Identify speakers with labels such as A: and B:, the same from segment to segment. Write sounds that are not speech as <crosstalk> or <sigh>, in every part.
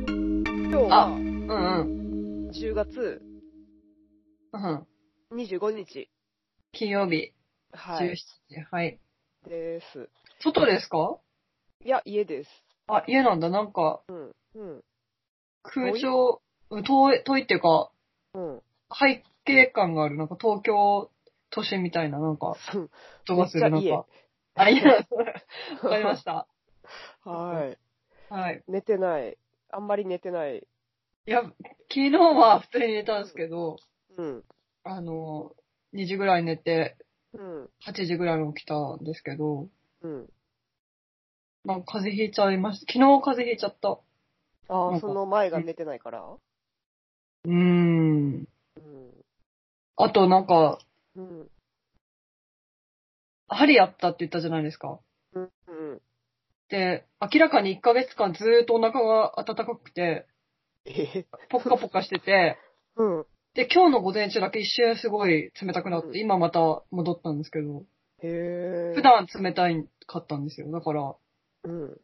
A: 今日
B: あ
A: は
B: うんうん。
A: 10月
B: うん。
A: 25日。
B: 金曜日、
A: は
B: 17
A: い。
B: 時。はい。
A: です。
B: 外ですか
A: いや、家です。
B: あ、家なんだ。なんか、
A: うん。うん。
B: 空調、うん遠い、遠いっていうか、
A: うん。
B: 背景感がある。なんか東京都心みたいな、なんか、
A: そう
B: 音がする。
A: め
B: な
A: っ
B: ん
A: ちゃ
B: か。あ、いや、わかりました。
A: <laughs> はい。
B: はい。
A: 寝てない。あんまり寝てない。
B: いや、昨日は普通に寝たんですけど、
A: うん。
B: あの、2時ぐらい寝て、
A: うん。
B: 8時ぐらいに起きたんですけど、
A: うん。
B: なんか風邪ひいちゃいました。昨日風邪ひいちゃった。
A: あ
B: な
A: あ、
B: んか
A: その前が寝てないから。
B: うーん。
A: うん。
B: あとなんか、
A: うん。
B: 針やったって言ったじゃないですか。
A: うん。うん。
B: で、明らかに1ヶ月間ずーっとお腹が暖かくて、
A: え
B: ポッカポカして
A: <laughs>
B: て、
A: うん。
B: で、今日の午前中だけ一瞬すごい冷たくなって、今また戻ったんですけど、
A: へえ。
B: 普段冷たいかったんですよ。だから、
A: うん。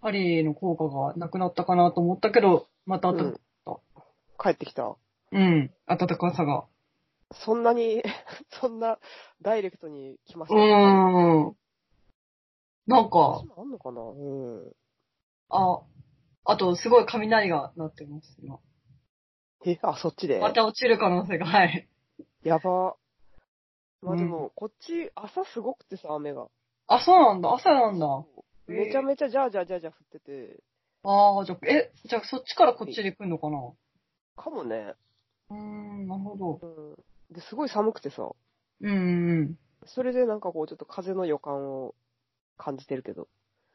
B: 針の効果がなくなったかなと思ったけど、また
A: う
B: 暖
A: ん
B: か、と
A: 帰ってきた。
B: うん、暖かさが。
A: そんなに、 <laughs> そんな、ダイレクトに来まし
B: う
A: たね。
B: ーん。なんか
A: そ、なあんのかなうん。
B: あ、あと、すごい雷が鳴ってます、今。
A: え、あ、そっちで。
B: また落ちる可能性が、はい。
A: やば。まあ
B: うん
A: でも、こっち、朝すごくてさ、雨が。
B: あ、そうなんだ、朝なんだ。えー
A: めちゃめちゃジャージャージャージャー降ってて。
B: ああ、じゃあ、え、じゃあそっちからこっちに来るのかな
A: かもね。
B: うーん、なるほど。
A: うん。で、すごい寒くてさ。
B: うんうん
A: それでなんかこう、ちょっと風の予感を感じてるけど。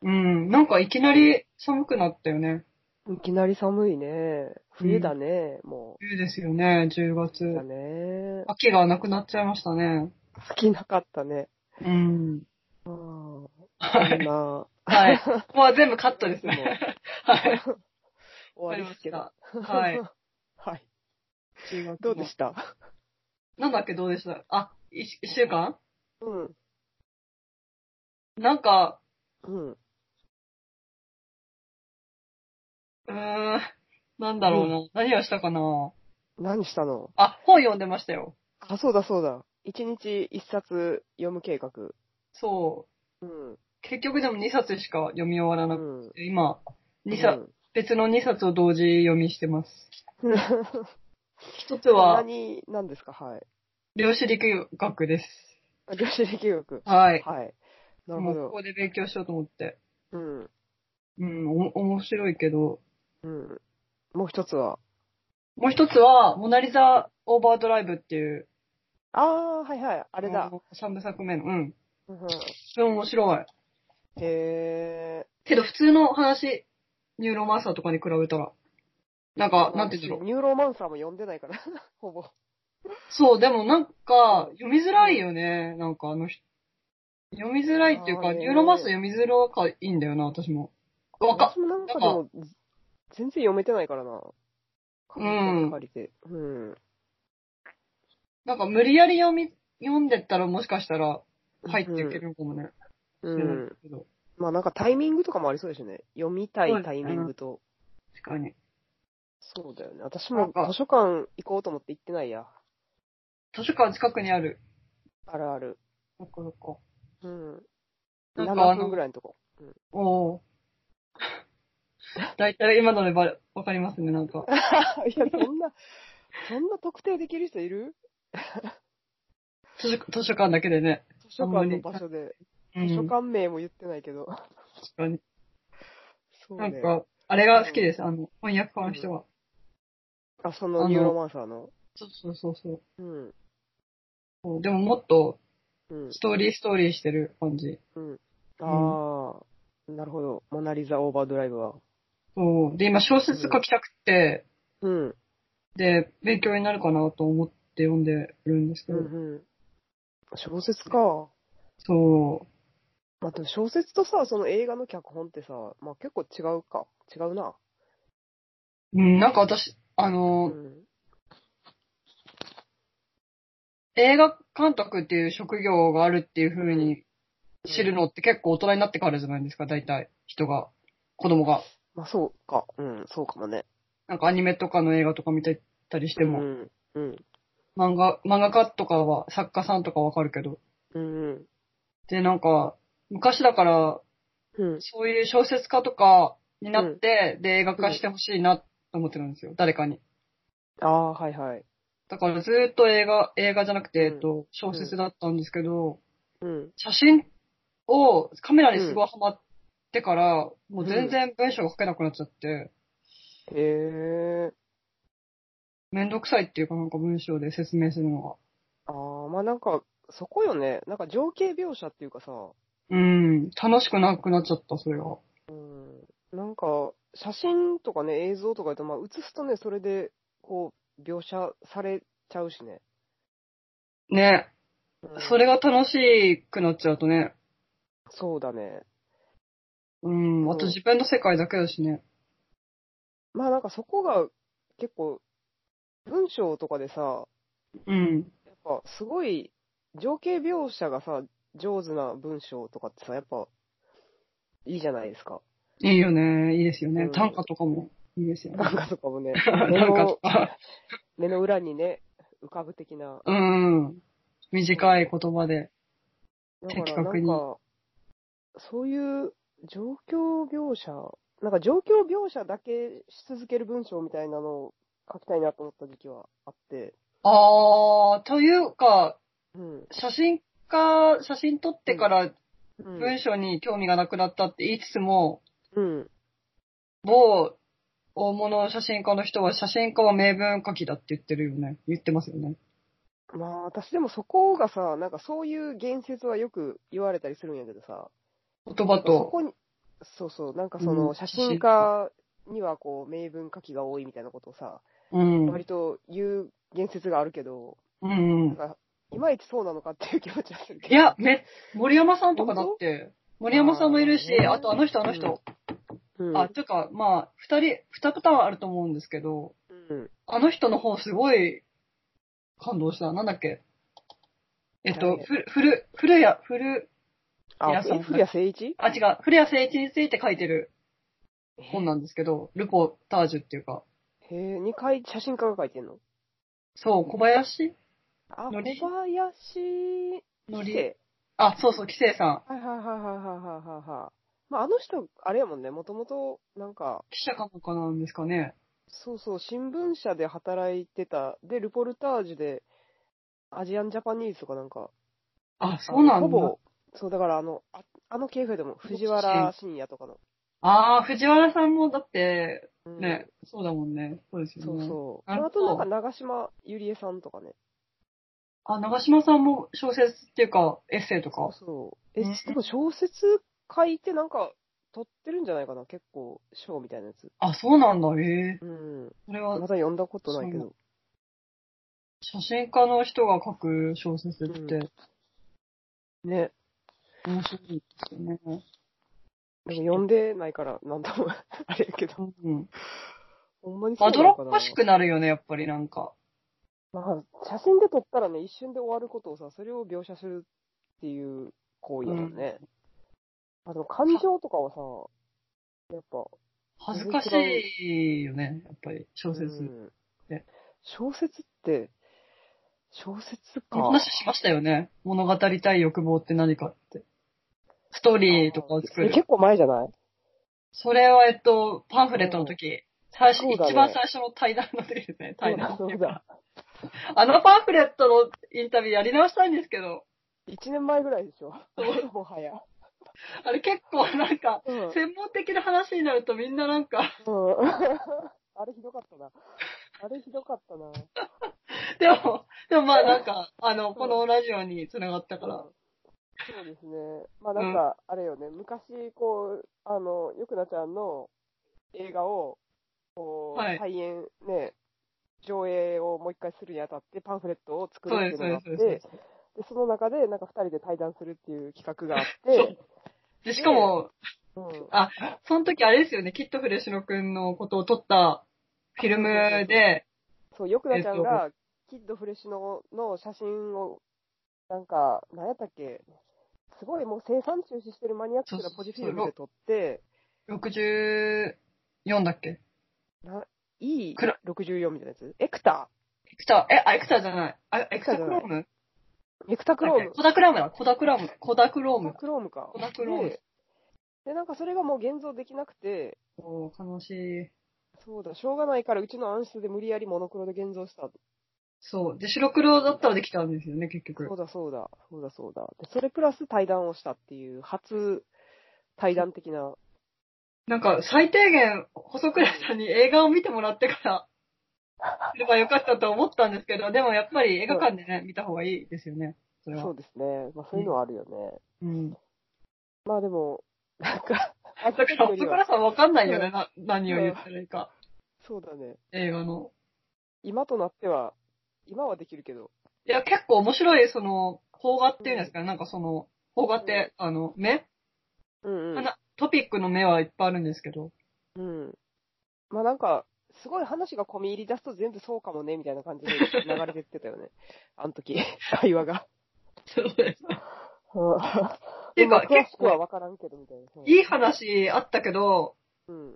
B: うん。うん、なんかいきなり寒くなったよね。
A: いきなり寒いね。冬だね、も
B: 冬ですよね、10
A: う。だ
B: 月。
A: ね。
B: 秋がなくなっちゃいましたね。
A: 好きなかったね。
B: うん。
A: うん。
B: は
A: そん
B: い。 <laughs>
A: な、
B: はい。もう全部カットです
A: もう
B: ね。はい。
A: 終わりですけど。
B: はい。
A: <laughs> はい。
B: 10月
A: どう
B: も
A: でした
B: なんだっけ、どうでしたあ、い一週間
A: うん。
B: なんか、
A: うん。
B: うーん、なんだろうな。何をしたかな
A: 何したの
B: あ、本読んでましたよ。
A: あ、そうだそうだ。一日一冊読む計画。
B: そう。
A: うん。
B: 結局でも2冊しか読み終わら
A: う
B: なくて、
A: ん。
B: 今、二冊、別の2冊を同時読みしてます。
A: うん。
B: 一つは、
A: <laughs> 何なんですかはい。
B: 量子力学です。
A: 量子力学。
B: はい。
A: はい。なる
B: も
A: ほ
B: うこ
A: ど。
B: こで勉強しようと思って。
A: うん。
B: うん、お面白いけど。
A: うん。もう一つは。
B: もう一つは、モナリザ・オーバードライブっていう、
A: ああ、はいはい。あれだ。
B: 3部作目の、うん。
A: うん。
B: それも面白い。
A: へえ。
B: けど普通の話、ニューロマンサーとかに比べたら、なんか、なんて言うんだろう。
A: ニューロマンサーも読んでないから、 <laughs> ほぼ。
B: そう、でもなんか、読みづらいよね。なんかあの人、読みづらいっていう
A: あ
B: か、
A: ーね
B: ニューロマンサー読みづらかいいんだよな、私も。わか
A: 私、もなんかでも、全然読めてないからな。
B: うん
A: 借りて。うん。
B: なんか無理やり読み、読んでったらもしかしたら入っていけるのかもね。
A: う
B: 知らない
A: ん。
B: けど
A: まあなんかタイミングとかもありそうですよね。読みた
B: そう
A: い
B: です
A: タ
B: ね
A: イミングと。
B: 確かに。
A: そうだよね。私
B: な
A: も
B: んか
A: 図書館行こうと思って行ってないや。
B: 図書館近くにある。
A: あるある。
B: どこどこ。
A: うん。
B: なんかあ
A: 7
B: の
A: 分ぐらいのとこ。
B: お <laughs> おー。だいたい今のでば、わかりますね、なんか。
A: <laughs> いや、そんな、そんな特定できる人いる
B: 図書図書館だけでね。
A: 図書館の場所で。
B: うん、
A: 図書館名も言ってないけど。
B: 確かに。
A: そう
B: なん
A: ね。
B: か、あれが好きです、あの、翻訳家の人は。
A: あ、そ
B: あ
A: の
B: の
A: ニューロマンサーの。
B: そうそうそうそう
A: うん。
B: そう。でももっと、
A: うん。
B: ストーリーストーリーしてる感じ。
A: ああ、なるほど。モナリザオーバードライブは。
B: そう。で、今小説書きたくて、
A: うん。
B: で、勉強になるかなと思って読んでるんですけ
A: うん
B: ど。
A: うん。小説か。
B: そう。
A: まあ、でも小説とさ、その映画の脚本ってさ、まあ結構違うか。違うな。
B: うん、なんか私、あ
A: う
B: の、
A: ん。
B: 映画監督っていう職業があるっていう風に知るのって結構大人になってからじゃないですか、大体、人が、子供が。
A: まあそうか。うん、そうかもね。
B: なんかアニメとかの映画とか見てたりして
A: う
B: も、
A: ん。うん。
B: 漫画、漫画家とかは、作家さんとかわかるけど。
A: うん。
B: で、なんか、昔だから、
A: うん。
B: そういう小説家とかになって、で、映画化してほしいなと思ってるんですよ、誰かに。
A: ああ、はいはい。
B: だからずーっと映画、映画じゃなくて、
A: うん
B: えっと、小説だったんですけど、
A: うん。
B: 写真をカメラにすごいハマってから、もう全然文章が書けなくなっちゃって、
A: へえ。
B: めんどくさいっていうかなんか文章で説明するのが。
A: ああ、まあなんか、そこよね。なんか情景描写っていうかさ、
B: うん、楽しくなくなっちゃった、それが。
A: うん。なんか、写真とかね、映像とかやと、まあ映すとね、それで、こう、描写されちゃうしね。
B: ね、
A: うん
B: それが楽しくなっちゃうとね、
A: そうだね。
B: うん、あと自分の世界だけだしね。
A: まあなんかそこが、結構、文章とかでさ、
B: うん、
A: やっぱすごい、情景描写がさ、上手な文章とかってさ、やっぱ、いいじゃないです
B: <laughs>
A: か。
B: いいよね、いいですよね。
A: うん
B: 短歌とかもいいですよね。、
A: なんかとかもね <laughs> 目
B: 短歌と
A: の
B: か。
A: 目の裏にね、浮かぶ的な。
B: うん。短い言葉で。
A: だから
B: 的
A: なん
B: 確に
A: か、そういう状況描写、なんか状況描写だけし続ける文章みたいなのを書きたいなと思った時期はあって、
B: あー、というか、
A: うん。
B: 写真家、写真撮ってから
A: うん。
B: 文章に興味がなくなったって言いつつも、
A: うん、
B: 某大物写真家の人は写真家は名文書きだって言ってるよね。言ってますよね。
A: まあ私でもそこがさ、なんかそういう言説はよく言われたりするんやけどさ、
B: 言葉
A: そ
B: と。
A: こに、そうそう、なんかそ
B: うん
A: の写真家にはこう名文書きが多いみたいなことをさ、
B: うん。うん
A: 割と言う言説があるけど、
B: うん
A: なん。か、いまいちそうなのかっていう気持ちはするけ
B: い
A: ど。
B: や、め、森山さんとかだって、森山さんもいるし、
A: あー
B: あとあの人あの人。
A: うん、
B: あ、というか、まあ、二人、二パターンあると思うんですけど、
A: うん。
B: あの人の方すごい感動した。なんだっけえっと、
A: 誰
B: ふ、ふる、ふるや、ふる、
A: あ、
B: 皆さんが
A: 古谷誠
B: <laughs>
A: 一
B: あ、違う、古谷誠一について書いてる本なんですけど、ルポタージュっていうか、
A: へえ、2回写真家が書いてんの
B: そう、小林
A: あ、
B: の
A: 小
B: り
A: 林紀
B: のり、
A: 生。
B: あ、そうそう、紀生さん。
A: はいはいはいはいはいはいはいはい。まあ、あの人、あれやもんね、もともと、なんか、
B: 記者かなんかなんですかね。
A: そうそう、新聞社で働いてた、で、ルポルタージュで、アジアンジャパニーズとかなんか、
B: あ、そうな
A: あの
B: ん
A: ほ
B: だ
A: ぼ。、そう、だからあの、ああの系譜でも、藤原信也とかの。
B: ああ、藤原さんもだって、
A: うん
B: ね、そうだもんね。そうですよ
A: そう
B: ね。
A: そう。
B: なるほ
A: あ
B: ど
A: となんか、長島ゆりえさんとかね。
B: あ、長島さんも小説っていうか、エッセイと
A: そ
B: か
A: う。そう。え、
B: うん
A: でも小説書いてなんか、取ってるんじゃないかな結構、賞みたいなやつ。
B: あ、そうなんだ。ええ
A: うん。
B: それ
A: ま
B: は
A: だ、読んだことないけど。
B: 写真家の人が書く小説って、
A: ね。
B: 面白いですよね。
A: でも読んでないから、なんとも、あれやけど。
B: うん。
A: ほんまにそうな
B: まど
A: の
B: ろ
A: かな
B: っこしくなるよね、やっぱりなんか。
A: まあ、写真で撮ったらね、一瞬で終わることをさ、それを描写するっていう行為やもんね。あの、感情とかはさ、やっぱ、
B: 恥ずかしいよね、やっぱり、小説。
A: うん
B: ね
A: 小説って、小説か。
B: 話しましたよね。物語りたい欲望って何かって。ストーリーとかを作
A: え
B: る。
A: 結構前じゃない
B: それは、えっと、パンフレットの時。最初、
A: そうだね
B: 一番最初の対談の時ですね、対談。
A: そうだ。
B: あのパンフレットのインタビューやり直したいんですけど、
A: 1年前ぐらいでしょ
B: そう
A: もはや。
B: あれ結構なんか、
A: うん。 <laughs> うん、
B: 専門的な話になるとみんななんか、 <laughs>
A: あれひどかったな。あれひどかったな。
B: でも、でもまあなんか、あの、このラジオに繋がったから
A: うん。そうですね。まあなんか、あれよね、昔、こう、あの、よくなちゃんの映画を、こう、
B: はい
A: 再演、ね、上映をもう一回するにあたって、パンフレットを作る
B: そう
A: っ
B: で
A: ていうの
B: す、そ
A: があって、
B: うですそう
A: で
B: です。
A: その中で、なんか二人で対談するっていう企画があっ
B: そう
A: て、
B: で、しかも、
A: うん
B: あ、その時あれですよね、きっとフレシノくんのことを撮ったフィルムで、
A: そう、よくなちゃんが、キッドフレッシュのの写真を、なんか、なんやったっけ、すごいもう生産中止してるマニアック
B: そう
A: な
B: そう
A: ポジフィルムで撮って、
B: 64だっけ
A: な E64 み
B: ク
A: たいな
B: ラ
A: やつエクタ
B: エクター、え、あ、エクターじゃない。あ、エクタクローム
A: エクタクローム。
B: コダクラムだ。コダクラム。コダクロー
A: エク
B: ム
A: タ。クロームか
B: コ。ダクローム
A: で。で、なんかそれがもう現像できなくて、
B: おー悲しい。
A: そうだ、しょうがないからうちの暗室で無理やりモノクロで現像した。
B: そう。で、白黒だったらできたんですよね、結局
A: そう。だそうだ、そうだそうだ。で、それプラス対談をしたっていう、初対談的な。
B: なんか、最低限、細倉さんに映画を見てもらって <laughs> から、すればよかったと思ったんですけど、でもやっぱり映画館でね、見た方がいいですよね。それは。
A: そうですね。まあそういうのはあるよね。
B: うん。
A: まあでも、なん
B: <laughs>
A: か、あ
B: だから、細倉さんわかんないよね、な、何を言ったらいいか。
A: そうだね。
B: 映画の。
A: 今となっては、今はできるけど、
B: いや、結構面白い、その、邦画っていうんですかね、なんかその、邦画って、あの、目、
A: うんうん。
B: なトピックの目はいっぱいあるんですけど。
A: うん。まあなんか、すごい話が込み入り出すと全部そうかもね、みたいな感じで流れてってたよね。 <laughs> あの時、会話が。
B: そうです。
A: って
B: いうか
A: 詳しくは分からんけど、みたいな。
B: いい話あったけど、
A: うん。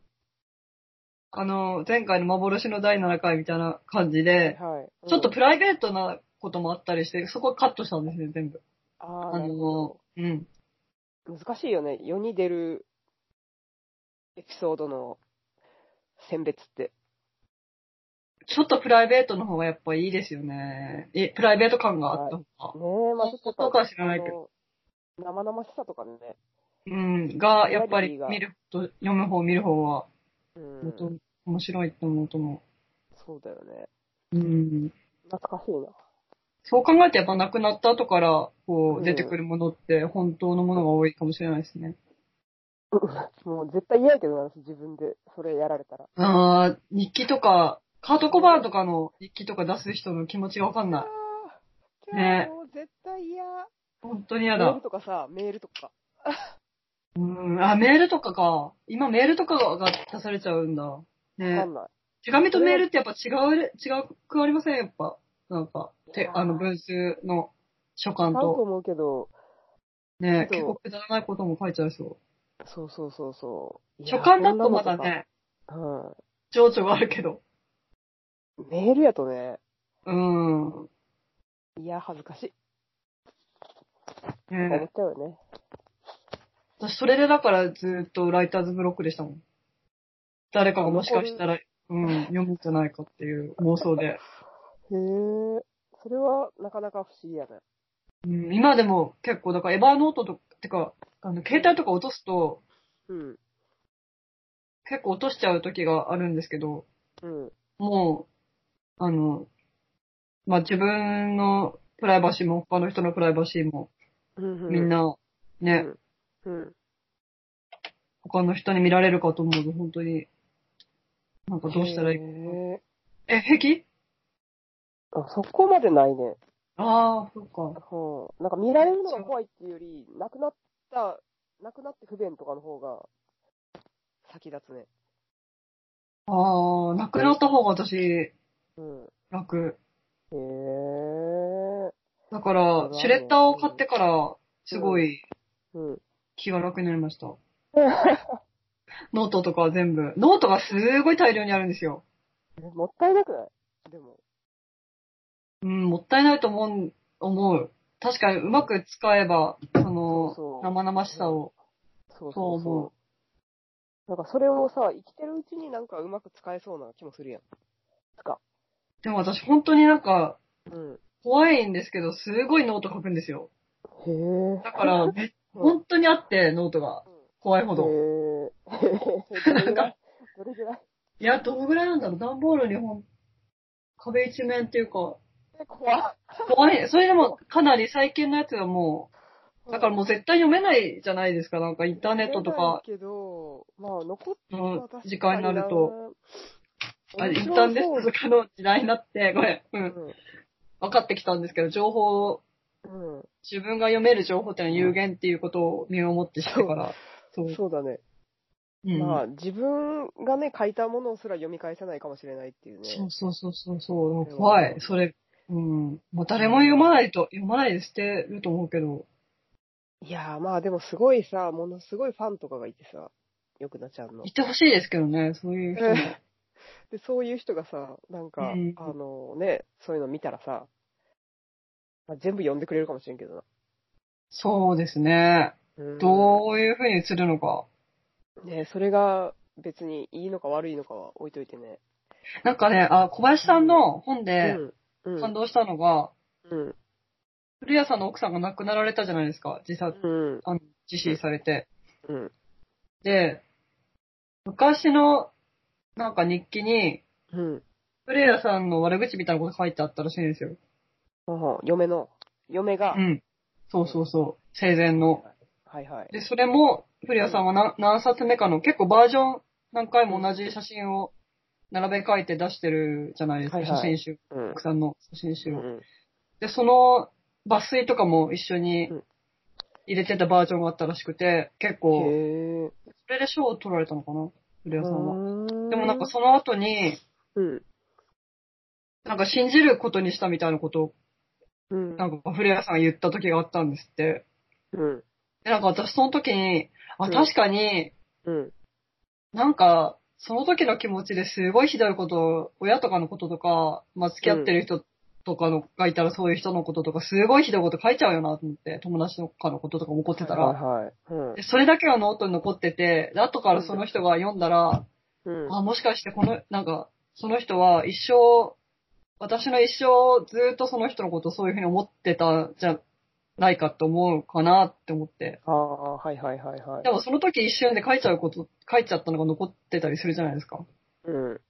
B: あの、前回の幻の第7回みたいな感じで、
A: はい。
B: ちょっと
A: うん
B: プライベートなこともあったりして、そこカットしたんですね、全部。
A: あ
B: あ
A: あ、なる
B: の
A: ほ、
B: うん。
A: ど。難しいよね。世に出るエピソードの選別って。
B: ちょっとプライベートの方がやっぱいいですよね。え、プライベート感があった方が。
A: ねえ、まあちょっと
B: そうかは知らないけ
A: ど。あの生々しさとかね。
B: うん。が、やっぱり見ると、読む方見る方は、
A: うん
B: 本。当に面白いと思うと思
A: そうだよね。
B: う。うん。
A: 懐かしいな。
B: そう考えてやっぱ亡くなった後から、こ
A: う
B: う、
A: ん
B: 出てくるものって本当のものが多いかもしれないですね。
A: <laughs> もう絶対嫌やけどな、自分でそれやられたら。
B: ああ、日記とか、カートコバーンとかの日記とか出す人の気持ちがわかんない。
A: あー
B: ね
A: もう絶対嫌。
B: 本当に嫌
A: メール
B: だ。
A: とかさ、メールとか。
B: うん。あ、メールとかか。今メールとかが出されちゃうんだ。
A: わか
B: ね
A: んない。
B: 手紙とメールってやっぱ違うれ、違うくありませんやっぱ。なんか、
A: い
B: て
A: や、ー
B: あの、文数の書簡
A: あかんと
B: と。
A: 思うけど、
B: ね
A: そう
B: 結構くだらないことも書いちゃいそ
A: そうそうそうそう。
B: う。
A: い
B: 書
A: や
B: 簡だとまだ。ね、
A: そんなのとか
B: 情緒があるけど。
A: うん。メールやとね、
B: うん。
A: いや、恥ずかしい。思っ
B: ね
A: ちゃうよね。
B: 私、それでだからずっとライターズブロックでしたもん。誰かがもしかしたら、うん、読むんじゃないかっていう妄想で。
A: へえ、それはなかなか不思議やね。
B: うん、今でも結構、だからエバーノートとか、てか、あの、携帯とか落とすと、
A: うん。
B: 結構落としちゃう時があるんですけど、
A: うん。
B: もう、あの、まあ、自分のプライバシーも他の人のプライバシーも、
A: うん
B: みん、な、ね、
A: うん。
B: 他の人に見られるかと思うと、本当に、なんかどうしたらいい
A: へえ
B: え、平気
A: あ、そこまでないね。
B: ああ、そうか。
A: うん。なんか見られるのが怖いっていうより、亡くなった、亡くなって不便とかの方が、先立つね。
B: ああ、なくなった方が私、
A: うん。
B: 楽。
A: へえ。
B: だから、シュレッダーを買ってから、すごい
A: うん。
B: 気が楽になり
A: <laughs>
B: ました。ノートとかは全部。ノートがすごい大量にあるんですよ。
A: えもったいなくないでも。
B: うん、もったいないと思う、思う。確かにうまく使えば、その、
A: そう
B: 生々しさを。
A: そう
B: そう
A: そう
B: 思。
A: そうう。なんかそれをさ、生きてるうちになんかうまく使えそうな気もするやん。
B: でも私本当になんか、
A: うん。
B: 怖いんですけど、すごいノート書くんですよ。
A: へえ。
B: だから、め
A: うん
B: 本当にあって、ノートが。怖
A: <laughs>
B: いほど。
A: へえ。どれぐらいどれぐらい
B: いや、どのぐらいなんだろう。段ボールに本、壁一面っていうか、
A: え、怖
B: 怖い。それでも、かなり最近のやつはもう、だからもう絶対読めないじゃないですか。なんかインターネットとか
A: 出ないけど、まあ、残っ
B: の
A: た
B: 時間になると、、あイン
A: 面白
B: ターネッ
A: そう
B: トとかの時代になって、ごめん、うん、分かってきたんですけど、情報、
A: うん。う
B: 自分が読める情報ってのは有限っていうことを身をもってしてから、そう。
A: ん。そうだね。
B: うん
A: まあ、自分がね、書いたものすら読み返せないかもしれないっていうね。
B: そうそうそうそうそう、怖い、それ。うん。もう誰も読まないと、読まないで捨てると思うけど、
A: いやー、まあでもすごいさ、ものすごいファンとかがいてさ、よくなちゃんの
B: 言っ。てほしいですけどね、そういう人も。
A: <laughs> で、そういう人がさ、なんか、
B: うん
A: あのね、そういうの見たらさ、まあ、全部読んでくれるかもしれんけどな。
B: そうですね。
A: うん
B: どういう風に映るのか。
A: ね、それが別にいいのか悪いのかは置いといてね。
B: なんかね、あ、小林さんの本で
A: うん。うん。
B: 感動したのが、
A: うん。
B: 古谷さんの奥さんが亡くなられたじゃないですか。自殺、
A: うん。
B: あの自死されて。
A: うん。
B: で、昔の、なんか日記に、
A: うん。
B: 古谷さんの悪口みたいなこと書いてあったらしいんですよ。
A: うん嫁の、嫁が、
B: うん。そうそうそう。生前の。
A: はいはい。
B: で、それも、古谷さんは何何冊目かの、結構バージョン、何回も同じ写真を並べ替えて出してるじゃないですか、
A: はいはい
B: 写真集。
A: うん
B: 奥。さんの写真集
A: う
B: を。
A: ん。
B: で、その抜粋とかも一緒に
A: うん
B: 入れてたバージョンがあったらしくて、結構、
A: へえ。
B: それで賞を取られたのかな、古谷さんは。
A: で
B: でもなんか、その後に、
A: うん。
B: なんか信じることにしたみたいなことを、
A: うん。
B: なんか古谷さんが言った時があったんですって。
A: うん。
B: で、なんか私その時に、
A: う
B: あ、
A: ん
B: 確かに、
A: うん。
B: なんか、その時の気持ちですごいひどいこと、親とかのこととか、まあ付き合ってる人とかの、がいたらそういう人のこととか、すごいひどいこと書いちゃうよなと思って、友達とかのこととか怒ってたら。
A: はいはい。うん
B: でそれだけがノートに残ってて、で後からその人が読んだら、
A: うん。
B: あ、もしかしてこの、なんか、その人は一生、私の一生ずっとその人のことをそういうふうに思ってたんじゃないかと思うかなって思って。
A: ああ、はいはいはいはい
B: で。もその時一瞬で書いちゃうこと、書いちゃったのが残ってたりするじゃないですか。
A: うん。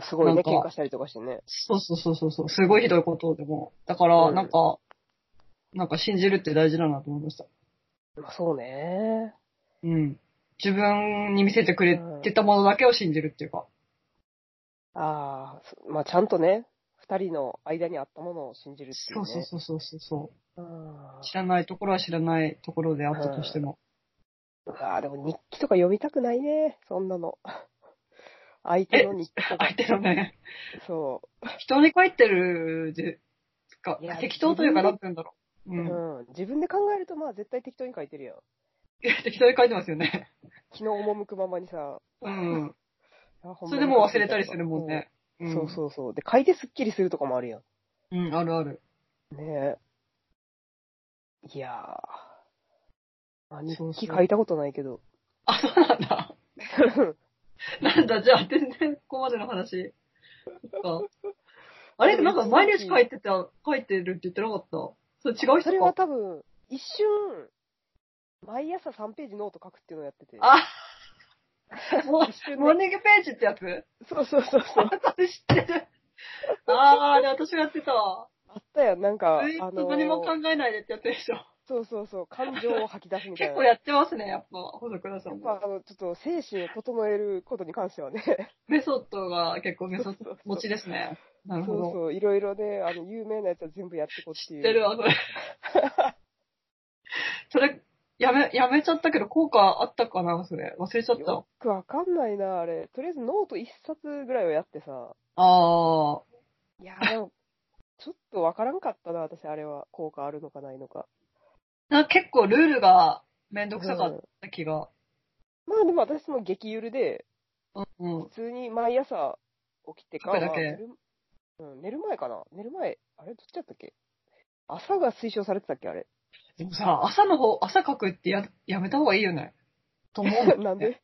A: すごい
B: な
A: ね、
B: んか
A: 喧嘩したりとかしてね。
B: そうそうそうそうそう。すごいひどいことでも。だから、
A: うん
B: なんか、なんか信じるって大事だなと思いました。
A: まあ、そうね。
B: うん。自分に見せてくれてたものだけを信じるっていうか。
A: ああ、そまあちゃんとね、二人の間にあったものを信じるっていう、
B: そう
A: ね。
B: そうそうそうそうそう。
A: あ
B: 知らないところは知らないところであったとしても。
A: あー、でも日記とか読みたくないね、そんなの。 <laughs> 相手の日記とか。
B: 相手のね、
A: そ
B: 人に書いてるでか
A: いや、
B: 適当というか、
A: 自分で
B: なんて言うんだろ
A: う、
B: う。うん。
A: うん。自分で考えると、まあ絶対適当に書いてるやん。
B: 適当に書いてますよね。
A: 気の赴くままにさ。
B: うん。
A: <laughs> あほん
B: そ
A: ま
B: れ
A: に
B: でもう忘れたりするもんね。
A: うん。
B: ん
A: そうそうそう。で、書いてスッキリするとかもあるやん。
B: うん、あるある。 <laughs>
A: ねえ。いやー。まあ、日
B: そうそう
A: 記書いたことないけど。
B: あ、そうなんだ。なんだ、じゃあ、全然ここまでの話。そっか。
A: <laughs>
B: あれなんか毎日書いてた、書いてるって言ってなかったそれ違う
A: <laughs> そ
B: 人
A: れは
B: か。
A: 多分、一瞬、毎朝3ページノート書くっていうのをやってて。
B: あ、も
A: 一瞬
B: <laughs> モー
A: ね。
B: ニングページってやつ
A: そうそうそうそう。
B: 私知ってる。 <laughs> あー、あれ私もやってたわ。
A: あったやん、なんか、
B: ずー
A: あ
B: っと
A: の
B: 何も考えないでってやってるでしょ。
A: そうそうそう、感情を吐き出すみたい
B: 結
A: な。
B: 構やってますね、やっぱ、細倉さ
A: や
B: ん
A: っぱ <laughs>
B: も。
A: あの、ちょっと精神を整えることに関してはね、
B: メソッドが結構メソ
A: そ
B: ッ
A: うそう
B: ド
A: そう
B: 持ちですね。な
A: そ
B: る
A: う
B: ほど。
A: そう、いろいろね、あの、有名なやつは全部やってこってい
B: 知
A: う。
B: ってるわ、
A: <laughs>
B: それ。それ、やめ、やめちゃったけど、効果あったかな、それ。忘れちゃった
A: よ。くわかんないな、あれ。とりあえずノート一冊ぐらいはやってさ、
B: あー。
A: いやー、でもちょっとわからんかったな、私、あれは。効果あるのかないのか。
B: なんか結構ルールがめんどくさか
A: うん
B: った気が。
A: まあでも私も激ゆるで、
B: うん、うん
A: 普。通に毎朝起きてか、
B: 書くだけ
A: まあ寝るうん、寝る前かな寝る前、あれどっちだったっけ朝が推奨されてたっけあれ。
B: でもさ、朝の方、朝書くってや、やめた方がいいよね。と思う <laughs> だよね
A: <laughs> なんで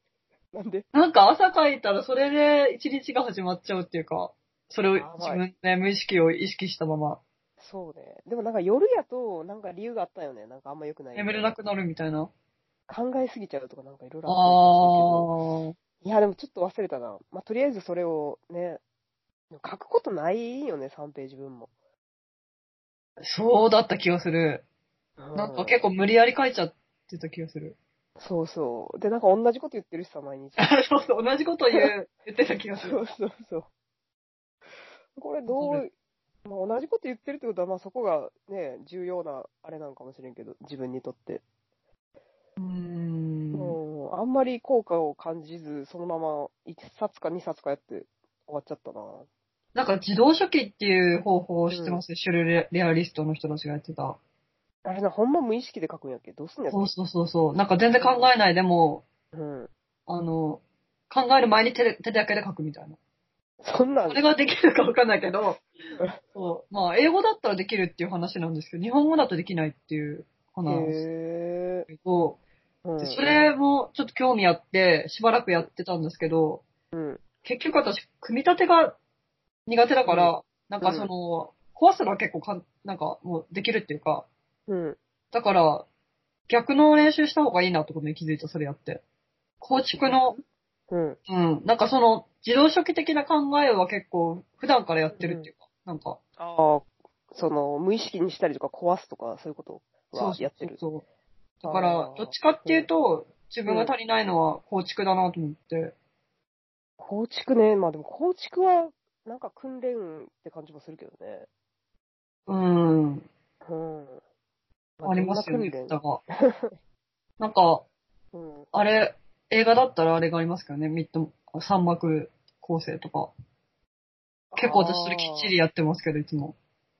A: なんで
B: なんか朝書いたらそれで一日が始まっちゃうっていうか、それを
A: やば
B: 自
A: い
B: 分で無意識を意識したまま
A: そうね。でもなんか夜やと、なんか理由があったよね。なんかあんま良くない。
B: 眠れなくなるみたいな。
A: 考えすぎちゃうとかなんかいろい
B: あ
A: ろあったりす
B: ー。
A: るけど。いや、でもちょっと忘れたな。まあ、とりあえずそれをね、でも書くことないよね、3ページ分も。
B: そうだった気がする。
A: う
B: なんか結構無理やり書いちゃってた気がする。 <laughs>
A: そうそう。で、なんか同じこと言ってるしさ、毎日。 <laughs>
B: そうそう、同じこと言う、言ってた気がする。
A: そうそうそう。これど
B: わか
A: う、まあ、同じこと言ってるってことは、まあそこがね、重要なあれなのかもしれんけど、自分にとって。
B: うーん。
A: うん、あんまり効果を感じず、そのまま1冊か2冊かやって終わっちゃったな。
B: なんか自動書記っていう方法を知ってます、シュルレアリストの人たちがやってた。
A: あれな、ほんま無意識で書くんやっけどうすんのや
B: そ
A: っ
B: うそうそうそう。なんか全然考えないでも、
A: けうん。
B: あの、考える前に手で手だけで書くみたいな。
A: そんなん
B: こ、れができるかわかんないけど、そう。まあ、英語だったらできるっていう話なんですけど、日本語だとできないっていう話なんです
A: へ
B: けど、
A: ぇー。
B: でそ、れもちょっと興味あって、しばらくやってたんですけど、
A: うん。
B: 結局私、組み立てが苦手だから、なんかその、壊すのは結構かん、なんかもうできるっていうか、
A: うん。
B: だから、逆の練習した方がいいなってことに気づいた、それやって。構築の、
A: うん。
B: うん、なんかその、自動初期的な考えは結構、普段からやってるっていうか、なんか、
A: ああ、その、無意識にしたりとか壊すとか、そういうことはやってる。
B: そうそうだから
A: あ、ー
B: どっちかっていうと、自分が足りないのは構築だなと思って。
A: 構築ね、まあでも構築は、なんか訓練って感じもするけどね。
B: うん。
A: うん。
B: ありますよね
A: いろん、な
B: だが。 <laughs> なんか、
A: 訓練。うん。
B: あれ、映画だったらあれがありますけどね、ミッド、三幕構成とか。結構私それきっちりやってますけど、いつも。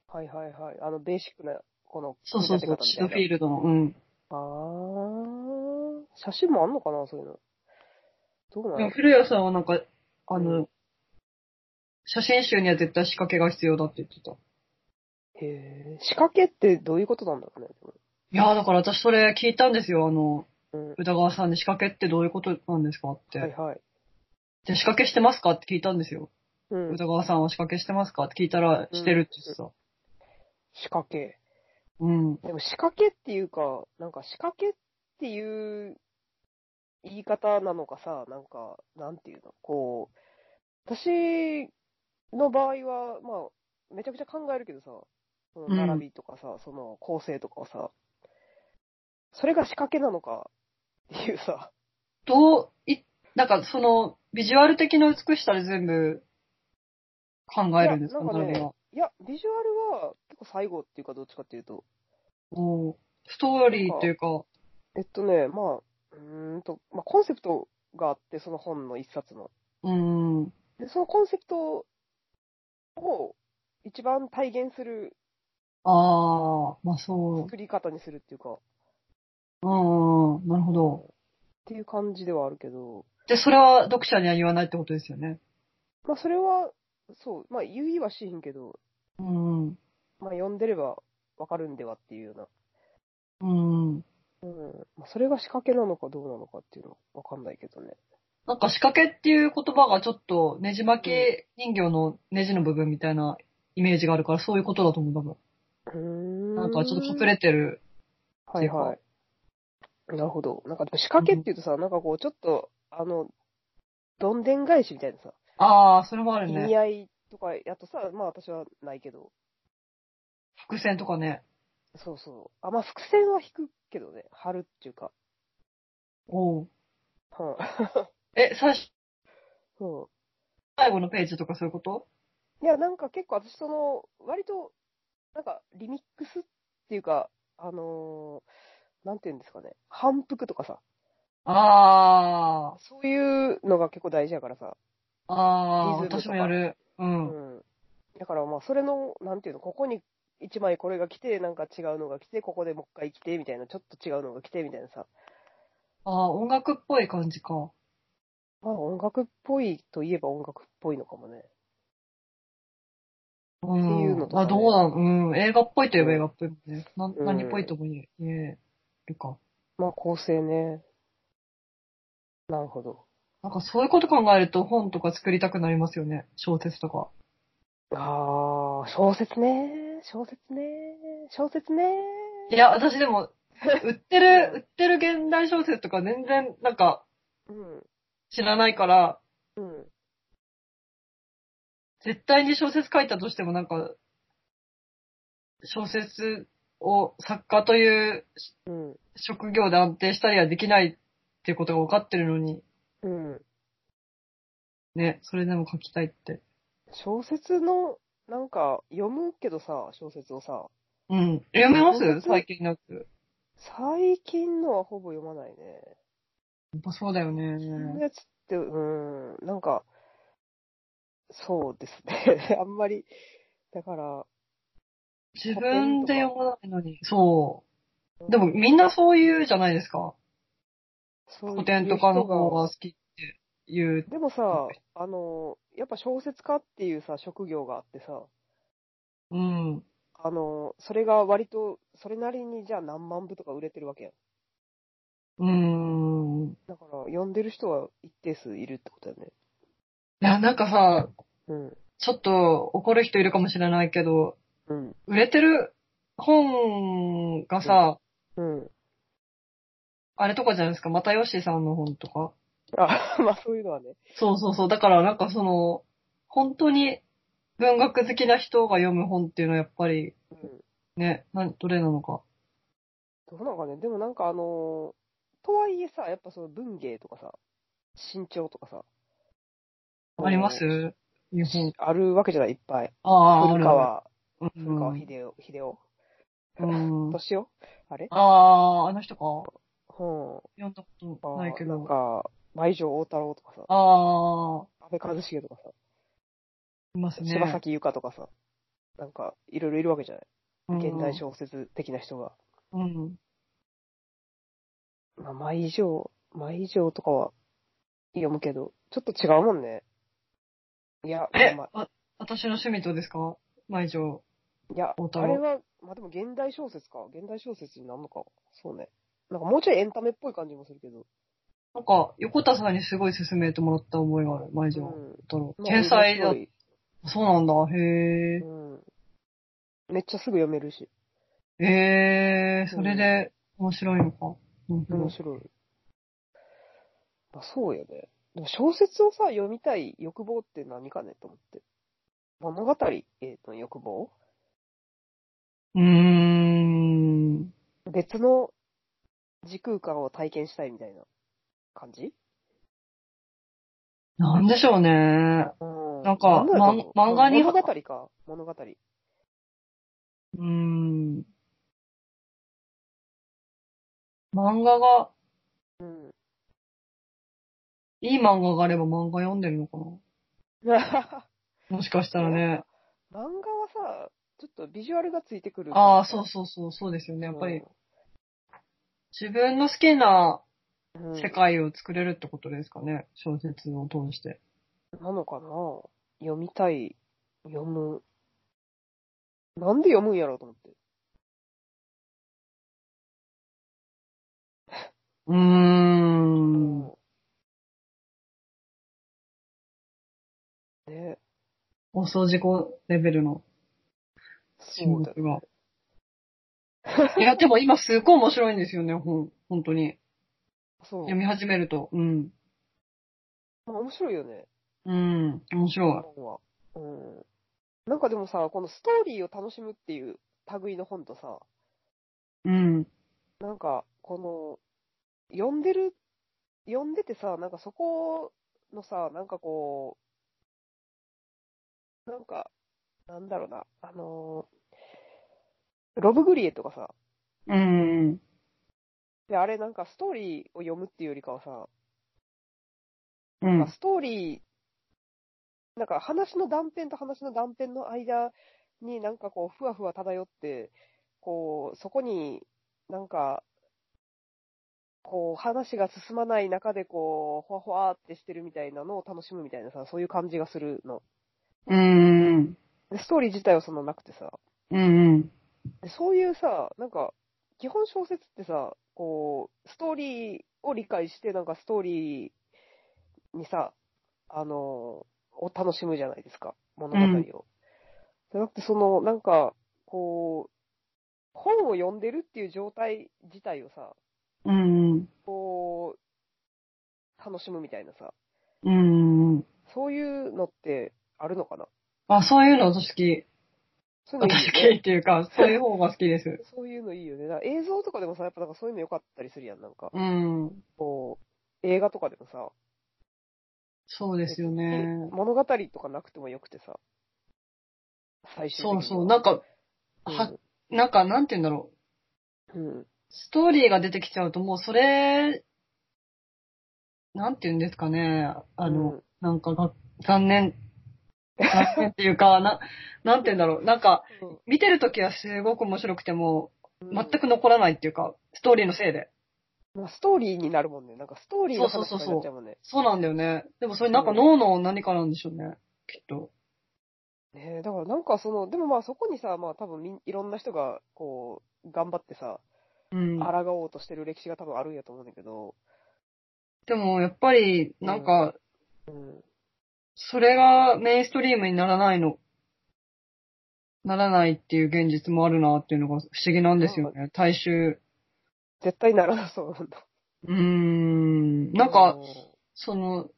A: あー。はいはいはい。あの、ベーシックな、この、
B: そうそうそう、シドフィールドの。うん。
A: あー写真もあんのかな、そういうの。どうな
B: でも
A: の
B: 古谷さんはなんか、あ
A: う
B: の、写真集には絶対仕掛けが必要だって言ってた。い
A: へー仕掛けってどういうことなんだろうね。
B: やーだから私それ聞いたんですよ、あの、
A: うん。
B: 宇田川さんに仕掛けってどういうことなんですかって。
A: はいはい。
B: で、仕掛けしてますかって聞いたんですよ。
A: うん
B: 宇。田川さんは仕掛けしてますかって聞いたら、してるって言ってた。
A: 仕掛け。
B: うん。
A: でも仕掛けっていうか、なんか仕掛けっていう言い方なのかさ、なんか、なんていうの、こう、私の場合は、まあ、めちゃくちゃ考えるけどさ、その
B: うん
A: 並びとかさ、その構成とかをさ、それが仕掛けなのかっていうさ、
B: どう、い、なんかその、ビジュアル的な美しさで全部考えるんですか
A: いやなんかね
B: 並びは。
A: いや、ビジュアルは結構最後っていうか、どっちかっていうと、
B: おーストーリーっていうか、
A: えっとね、まあ、うーんと、まあ、コンセプトがあって、その本の一冊の。
B: うん。
A: で、そのコンセプトを一番体現する
B: ああ、まあそ
A: 作り方にするっていうか、っ
B: う。うんうん、なるほど。
A: ていう感じではあるけど、
B: で、それは読者には言わないってことですよね。
A: まあそれは、そう、まあ言いはしひんけど、
B: うん。
A: まあ読んでればわかるんではっていうような。
B: うん。
A: うん。まあそれが仕掛けなのかどうなのかっていうのはわかんないけどね。
B: なんか仕掛けっていう言葉がちょっとねじ巻き人形のねじの部分みたいなイメージがあるからそういうことだと思う、多分。
A: うーん。
B: なんかちょっと隠れてる。
A: はいはい。なるほど。なんかでも仕掛けっていうとさ、なんかこうちょっと、あの、どんでん返しみたいなさ、
B: ああ、それもある
A: 意
B: ね
A: 味。合いとかやとさ、まあ私はないけど、
B: 伏線とかね。
A: そうそう。あ、まあ、伏線は引くけどね。貼るっていうか。
B: おう
A: うん。 <laughs>
B: え、最初、
A: そ
B: 最後のページとかそういうこと
A: う。いや、なんか結構私、その、割と、なんか、リミックスっていうか、あのーなんていうんですかね。反復とかさ。
B: あ
A: そういうのが結構大事やからさ。
B: あ、ああ、
A: リズムとか
B: 私もやる。う。
A: うんん。だからまあ、それの、なんていうの、ここに、一枚これが来て、なんか違うのが来て、ここでもう一回来て、みたいな、ちょっと違うのが来て、みたいなさ。
B: ああ、音楽っぽい感じか。
A: まあ、音楽っぽいといえば音楽っぽいのかもね。
B: うん
A: っていうのとかね
B: あ、どうだろう。うん。映画っぽいといえば映画っぽいもんね。な
A: うん
B: 何っぽいとも言え言えるか。
A: まあ、構成ね。なるほど。
B: なんかそういうこと考えると本とか作りたくなりますよね。小説とか。
A: ああ、小説ね。小説ね。小説ね。
B: いや、私でも、売ってる、 <laughs> 売ってる現代小説とか全然なんか
A: うん。
B: 知らないから、
A: うん。
B: 絶対に小説書いたとしてもなんか、小説を作家という
A: うん。
B: 職業で安定したりはできないっていうことが分かってるのに、
A: うん。
B: ね、それでも書きたいって。
A: 小説の、なんか、読むけどさ、小説をさ、
B: うん。読めま
A: 小
B: す
A: 説
B: 最近のやつ。
A: 最近のはほぼ読まないね。
B: やっぱそうだよ
A: その
B: ね。
A: やつって、うん、なんか、そうですね。 <laughs> あんまり、だから、
B: 自分で読まないのに。そう。でもみんなそう言うじゃないですか。
A: そういう
B: 古典とかの方
A: 人が
B: が好きって言う。
A: でもさ、あの、やっぱ小説家っていうさ、職業があってさ、
B: うん。
A: あの、それが割と、それなりにじゃあ何万部とか売れてるわけやん。
B: うん。い
A: だから、読んでる人は一定数いるってことだよね。
B: や、なんかさ、
A: うん。
B: ちょっと怒る人いるかもしれないけど、
A: うん。
B: 売れてる本がさ、
A: うん。
B: あれとかじゃないですか、またヨッシーさんの本とか。
A: あ、 <laughs> まあそういうのはね。
B: そうそうそう。だからなんかその、本当に文学好きな人が読む本っていうのはやっぱり
A: うん。
B: ね、などれなのか。
A: どうなんかね、でもなんかあのーとはいえさ、やっぱその文芸とかさ、身長とかさ、
B: あります日本。
A: あるわけじゃない、いっぱい。
B: ああ、
A: 古川、
B: ある
A: 古川
B: うん
A: 秀夫、秀夫、
B: うん
A: 年をあれ
B: ああ、あの人か。
A: うん。
B: 読んだこと
A: あ
B: ないけ
A: なん
B: ど。
A: か、舞城大太郎とかさ、
B: ああ、
A: 安倍一茂とかさ、
B: いますね。
A: 柴咲ゆかとかさ、なんか、いろいろいるわけじゃない
B: うん
A: 現代小説的な人が。
B: うん。
A: まあ、舞城、舞城とかは読むけど、ちょっと違うもんね。いや、まあ
B: え
A: まあ、
B: あ、私の趣味とですか毎上。
A: いや、
B: 大太
A: あ
B: 郎
A: れは、まあでも現代小説か。現代小説になるのか。そうね。なんかもうちょいエンタメっぽい感じもするけど。
B: なんか、横田さんにすごい勧めてもらった思いがある、毎上。
A: うん
B: 太郎
A: まあ
B: 天才だ
A: 面。
B: そうなんだ。へ
A: 白いうん。めっちゃすぐ読めるし。
B: え。へえ、それで面白いのか。うん
A: 面白い。まあそうよね。でも小説をさ、読みたい欲望って何かねと思って。物語、えー、と欲望
B: うーん。
A: 別の時空間を体験したいみたいな感じ
B: なんでしょうね。
A: うん。
B: なん
A: だろ
B: か
A: う
B: まん漫画に
A: 物語か。物語。
B: うーん。漫画が、
A: うん。
B: いい漫画があれば漫画読んでるのかなもしかしたらね。
A: <laughs> 漫画はさ、ちょっとビジュアルがついてくる。
B: ああ、そうそうそう、そうですよね。やっぱり、自分の好きな
A: うん、
B: 世界を作れるってことですかね。小説を通して。
A: なのかな読みたい。読む。なんで読むんやろうと思って。
B: うー
A: う
B: ん。
A: ん。ね。
B: 放送事故レベルの進
A: そうだ
B: 学が。いや、でも今すっごい面白いんですよね、ほん、本当に。
A: そう。
B: 読み始めると。うん。
A: まあ面白いよね。
B: うん。面白
A: 本は。うん。なんかでもさ、このストーリーを楽しむっていう類の本とさ、
B: い。うん。
A: なんか、この、読んでる、読んでてさ、なんかそこのさ、なんかこう、なんか、なんだろうな、あのーロブ・グリエとかさ、
B: うん。
A: で、あれなんかストーリーを読むっていうよりかはさ、
B: う
A: なん
B: ん
A: か。ストーリー、なんか話の断片と話の断片の間になんかこう、ふわふわ漂って、こう、そこになんか、こう、話が進まない中でこう、ほわほわってしてるみたいなのを楽しむみたいなさ、そういう感じがするの。
B: うん。
A: で、ストーリー自体はそんななくてさ、
B: うん。
A: でそういうさ、なんか、基本小説ってさ、こう、ストーリーを理解して、なんかストーリーにさ、あの、を楽しむじゃないですか、物語を。
B: うん
A: じゃなくて、その、なんか、こう、本を読んでるっていう状態自体をさ、
B: うん。
A: こう、楽しむみたいなさ、
B: うん。
A: そういうのってあるのかな
B: あ、そういうの私好き。
A: そういうのいい
B: 私
A: よ
B: 好き
A: ね。
B: っていうか、そういう方が好きです。
A: そういうのいいよね。だから映像とかでもさ、やっぱなんかそういうの良かったりするやん、なんか。
B: うん。
A: こう、映画とかでもさ、
B: そうですよね。
A: 物語とかなくてもよくてさ、最終的に
B: そう
A: は
B: そう。なんか、
A: うん
B: は、なんか、なんて言うんだろう。
A: うん。
B: ストーリーが出てきちゃうと、もうそれ、なんて言うんですかね。あの、
A: うん
B: なんかが、残念。残念っていうか、 <laughs> な、なんて言うんだろう。なんか、見てるときはすごく面白くても、
A: うん
B: 全く残らないっていうか、ストーリーのせいで。
A: まあ、ストーリーになるもんね。なんかストーリーの話とかになっちゃうもんね。
B: そうなんだよね。でもそれなんか脳の何かなんでしょうね。きっと。
A: ねえ、だからなんかその、でもまあそこにさ、まあ多分みんいろんな人がこう、頑張ってさ、
B: うん。
A: 抗おうとしてる歴史が多分あるんやと思うんだけど、
B: でも、やっぱり、なんか、
A: うん。
B: それがメインストリームにならないの、ならないっていう現実もあるなっていうのが不思議なんですよね。大衆。
A: 絶対ならなそうなんだ。
B: うーん。なんか、その、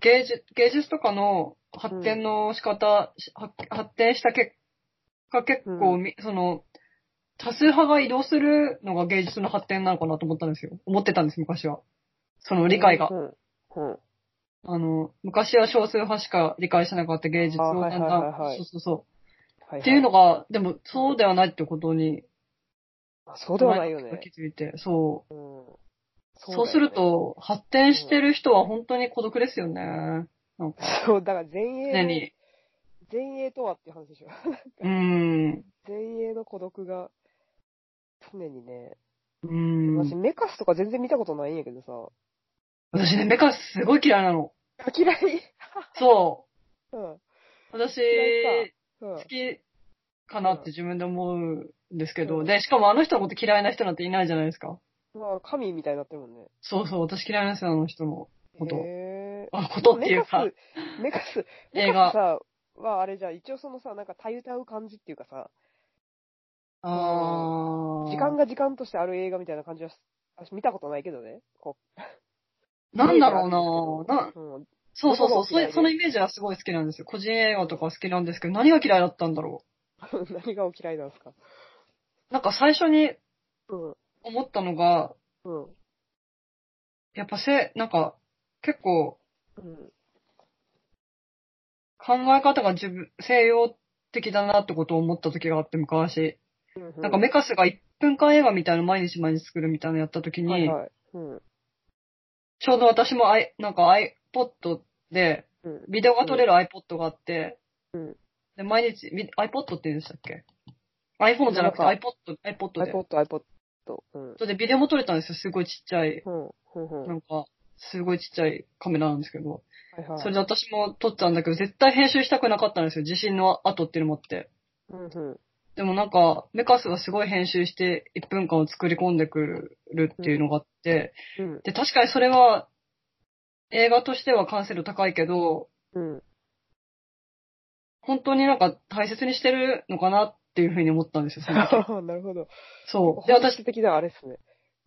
B: 芸術、芸術とかの発展の仕方、し発発展した結果結構み、その、多数派が移動するのが芸術の発展なのかなと思ったんですよ。思ってたんです、昔は。その
A: うん、
B: 理解が
A: う。ん。うん。
B: あの、昔は少数派しか理解してなかった芸術
A: あ
B: を
A: は
B: だ
A: い
B: ん
A: はいはい
B: だ
A: は
B: ん、
A: い
B: そうそうそ
A: は
B: う。
A: い
B: っていう
A: の
B: のが、でも、そうではないってことに、
A: そうではないよね。
B: 気づいて、そう。
A: うん。
B: そう
A: だよね
B: する。と、発展してる人は本当に孤独ですよね。
A: そう、だから前
B: 常
A: 衛の、
B: に。
A: 前衛とはっていう話でしょ。 <laughs>
B: うん。
A: 前衛の孤独が、常にね、
B: うん。
A: 私、メカスとか全然見たことないんやけどさ、
B: 私ね、メカスすごい <laughs> 嫌いなの。
A: 嫌い。
B: そ
A: <laughs> うん。
B: う。私、
A: 嫌いうん
B: 好きかなって自分で思うんですけど、
A: うん
B: で、しかもあの人のこと嫌いな人なんていないじゃないですか。
A: まあ、神みたいになってるもんね。
B: そうそう、私嫌いな人なの人も。 <laughs> こと
A: へえ。
B: あ、ことっていうか、
A: メカス、
B: <laughs> 映
A: メ
B: 画
A: カスさ、はあれじゃん、一応そのさ、なんか、たゆたう感じっていうかさ、
B: あー
A: 時間が時間としてある映画みたいな感じはし、私見たことないけどね。こ
B: なんだろうなな
A: う、うん、 <laughs>
B: そうそうそう、
A: 僕
B: そ
A: も嫌い
B: れ
A: で
B: そのイメージはすごい好きなんですよ。個人映画とか好きなんですけど、何が嫌いだったんだろ
A: 何がお嫌いなんですか
B: う。なんか最初に
A: うん、
B: 思ったのが、
A: うん、
B: やっぱせ、なんか、結構、
A: うん。
B: 考え方が自分、西洋的だなってことを思った時があって、昔。なんかメカスが1分間映画みたいなの毎日毎日作るみたいなのやった時に、
A: はいはい。うん、
B: ちょうど私もアイ、なんか iPod で、
A: うん、
B: ビデオが撮れる iPod があって、
A: うん
B: で、毎日、ビ iPod って言うんでしたっけ ?iPhone じゃなくて
A: な
B: iPod、iPod で。
A: iPod、iPod。うん、
B: それでビデオも撮れたんですよ。すごいちっちゃい、
A: うん、うん、う。
B: なんんか、すごいちっちゃいカメラなんですけど。
A: はいはい。
B: それで私も撮ったんだけど、絶対編集したくなかったんですよ。地震の後っていうのもあって。
A: うん、うん。
B: でもなんか、メカスはすごい編集して1分間を作り込んでくるっていうのがあって、
A: うん、
B: で、確かにそれは、映画としては完成度高いけど、
A: うん。
B: 本当になんか大切にしてるのかなっていうふうに思ったんですよ、その
A: <laughs>
B: 時
A: なるほど。
B: そう。で、
A: 本
B: 私、
A: 質的なあれっすね。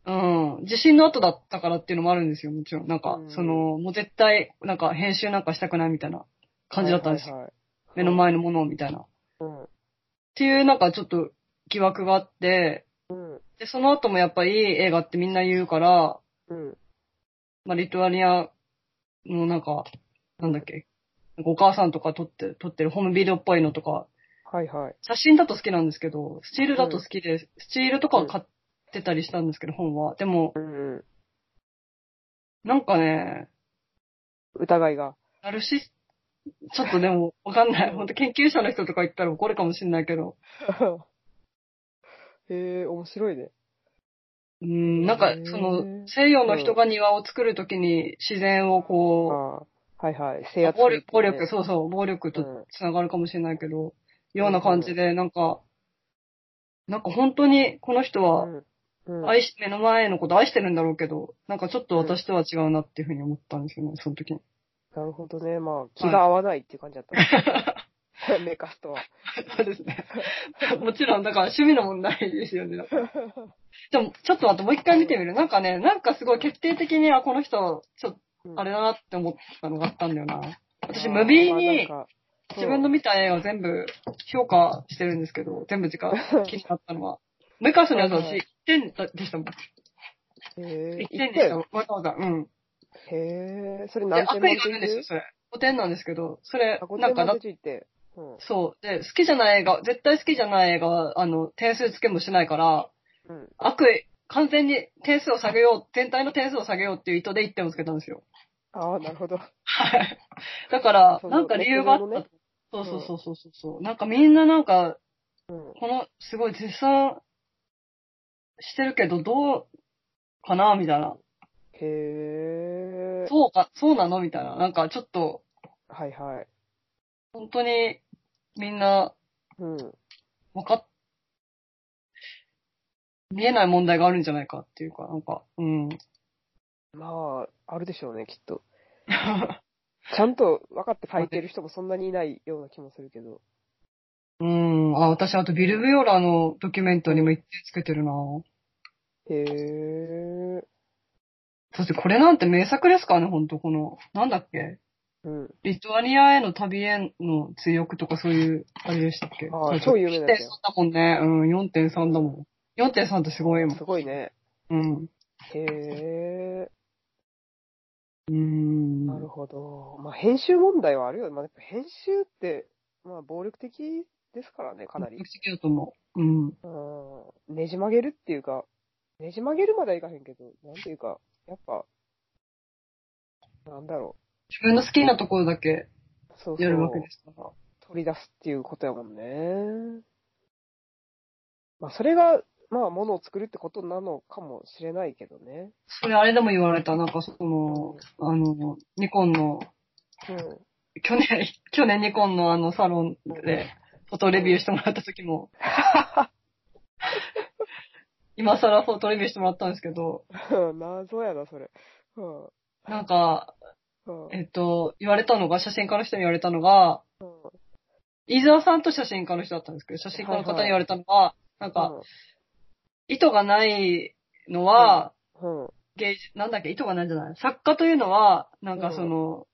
B: うん、地震の後だったからっていうのもあるんですよ、もちろん。なんか
A: う、ん
B: その、もう絶対、なんか編集なんかしたくないみたいな感じだったんですよ。
A: はいはいはい
B: 目の前のものをみたいな。っ
A: うん、
B: ていうなんかちょっと疑惑があって、
A: うん、
B: で、その後もやっぱいい映画ってみんな言うから、
A: うん。
B: まあ、リトアニアのなんか、なんだっけ、なんかお母さんとか撮って、撮ってるホームビデオっぽいのとか、
A: はいはい。
B: 写真だと好きなんですけど、スチールだと好きで、スチールとかは買ってたりしたんですけど、本は。でも
A: う、ん、うん。
B: なんかね、
A: 疑いが。 <laughs>
B: ナルシス、ちょっとでも、わかんな
A: う
B: い。
A: ん
B: 本当研究者の人とか言ったら怒るかもしれないけど、
A: へえ、面白いね。
B: うん、なん
A: へ、
B: か
A: ー
B: その、西洋の人が庭を作るときに自然を
A: あ
B: こ
A: あはいはい。
B: う、
A: 制圧
B: 暴力、暴力、
A: う。
B: そうそう、暴力と
A: うん
B: つながるかもしれないけど、ような感じで、なんか、なんか本当にこの人は
A: うん。
B: 愛し、目の前のこと愛してるんだろうけど、なんかちょっと私とは違うなっていうふうに思ったんですよね、その
A: <laughs>
B: 時に。
A: なるほどね。まあ、気が合わないっていう感じだ
B: <laughs>
A: った。メカスとは。
B: そうですね。もちろん、だから趣味の問題ですよね。だからでも、ちょっと待って、もう一回見てみる。なんかね、なんかすごい決定的にはこの人、ちょっ
A: うん
B: と、あれだなって思ったのがあったんだよな。私、ムビー
A: <laughs>
B: に
A: まあなんか
B: 自分の見た映画全部評価してるんですけど、全部時
A: <laughs>
B: 間気になったのは。メカスのやつは私1点でしたもん。
A: へえ
B: 1点でした。わざわざ。うん。
A: へえ、それ
B: で、
A: 何点
B: 悪意があるんですよ、
A: 満
B: それ。5点なんですけど、それ
A: あ、、5
B: なん
A: 点
B: か
A: 満点、
B: だ
A: ついて。うん。
B: そう。で、好きじゃない映画、絶対好きじゃない映画は、あの、点数つけもしないから、
A: うん。
B: 悪意、完全に点数を下げよう、全体の点数を下げようっていう意図で1点をつけたんで
A: <laughs>
B: すよ。
A: ああ、なるほど。
B: はい。だから、
A: その
B: なんか理由があった。
A: レ
B: そ
A: の
B: うそう
A: ね
B: そうそうそうそう。なんかみんななんか、
A: うん。
B: この、すごい絶賛してるけど、どうかなみたいな。
A: へえ。
B: そうか、そうなのみたいな。なんかちょっと、
A: はいはい。
B: 本当にみんな
A: うん。
B: 分かっ、見えない問題があるんじゃないかっていうか、なんか、うん。
A: まあ、あるでしょうね、きっと。ちゃんと分かって書いてる人もそんなにいないような気もするけど。
B: うん。あ、私、あとビル・ビオラのドキュメントにも一点つけてるな
A: へえ。
B: そしてこれなんて名作ですからね、ほんと、この、なんだっけ
A: うん。
B: リトアニアへの旅への追憶とかそういう、あれでしたっけ
A: ああ
B: そう
A: 超有名なやつ
B: 1.3
A: や
B: だもんね。うん、4.3だもん。4.3ってすごいもん
A: す。ごいね。
B: うん。
A: へえ。
B: うん。
A: なるほど。まあ、編集問題はあるよね。まあ、やっぱ編集って、まあ、暴力的ですからね、かなり
B: 魅。力的だと思う。うん。
A: うん。ねじ曲げるっていうか、ねじ曲げるまではいかへんけど、なんていうか、やっぱ、なんだろ
B: 自分の好きなところだけ
A: う。そうそ
B: や
A: う。
B: るわけですから。
A: 取り出すっていうことやもんね。まあ、それが、まあ、ものを作るってことなのかもしれないけどね。
B: それあれでも言われた、なんかその、あの、ニコンの、
A: うん。
B: 去年、 <laughs> 去年ニコンのあのサロンで、フォトレビューしてもらった時 <laughs> も、今更フォトレビューしてもらったんですけど、
A: <laughs> 謎やな、それ。うん。
B: なんか、
A: うん。
B: えっと、言われたのが、写真家の人に言われたのが、
A: うん
B: 飯沢さんと写真家の人だったんですけど、写真家の方に言われたのが、なんか、意図がないのは、
A: うん。
B: 芸術、なんだっけ、意図がないんじゃない作家というのは、なんかその、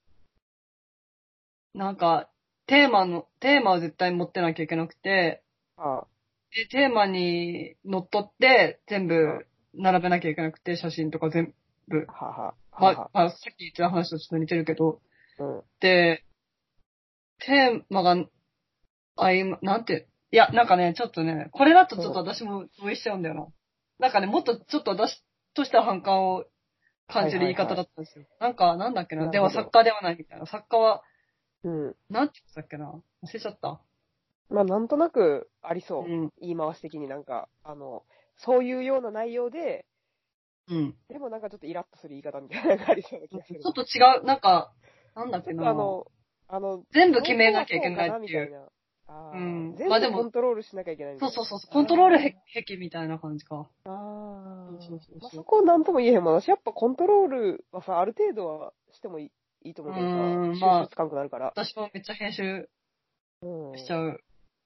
B: なんか、テーマの、テーマを絶対持ってなきゃいけなくて、
A: あ、
B: で、テーマに乗っ取って、全部並べなきゃいけなくて、写真とか全部。
A: はは。
B: ま
A: は
B: あ
A: は。、
B: まあ、さっき言ってた話とちょっと似てるけど、
A: うん。
B: で、テーマが、あいま、なんて、いや、なんかね、ちょっとね、これだとちょっと私も同意しちゃうんだよな。なんかね、もっとちょっと私とした反感を感じる言い方だったんですよ。なんか、なんだっけな、
A: な
B: で
A: るほ
B: は
A: ど
B: 作家ではないみたいな。作家は、
A: うん。
B: なんて言ってたっけな忘れちゃった。
A: まあ、なんとなくありそうう。
B: ん。
A: 言い回し的になんか、あの、そういうような内容で、
B: うん。
A: でもなんかちょっとイラッとする言い方みたいなのがありそうな気がす
B: ち
A: る。
B: ょっと違う、なんか、なんだっけ
A: ちょっ
B: な
A: とあの、あの、
B: 全部決めなきゃいけないって
A: こうかなみ
B: いう。
A: たいな。あ
B: う
A: ー
B: ん
A: 全
B: まあで
A: 部
B: も
A: コントロールしなきゃいけないみたいう
B: そ
A: な。
B: そうそうそう、コントロールへ壁みたいな感じか。
A: あー
B: そうそうそうそう
A: まあそこなんとも言えへんもん。私やっぱコントロールはさ、ある程度はしてもいいいいと思うけど
B: うん
A: さ、
B: まあ
A: 収集つかんくなるから。
B: 私もめっちゃ編集
A: うん
B: しちゃう。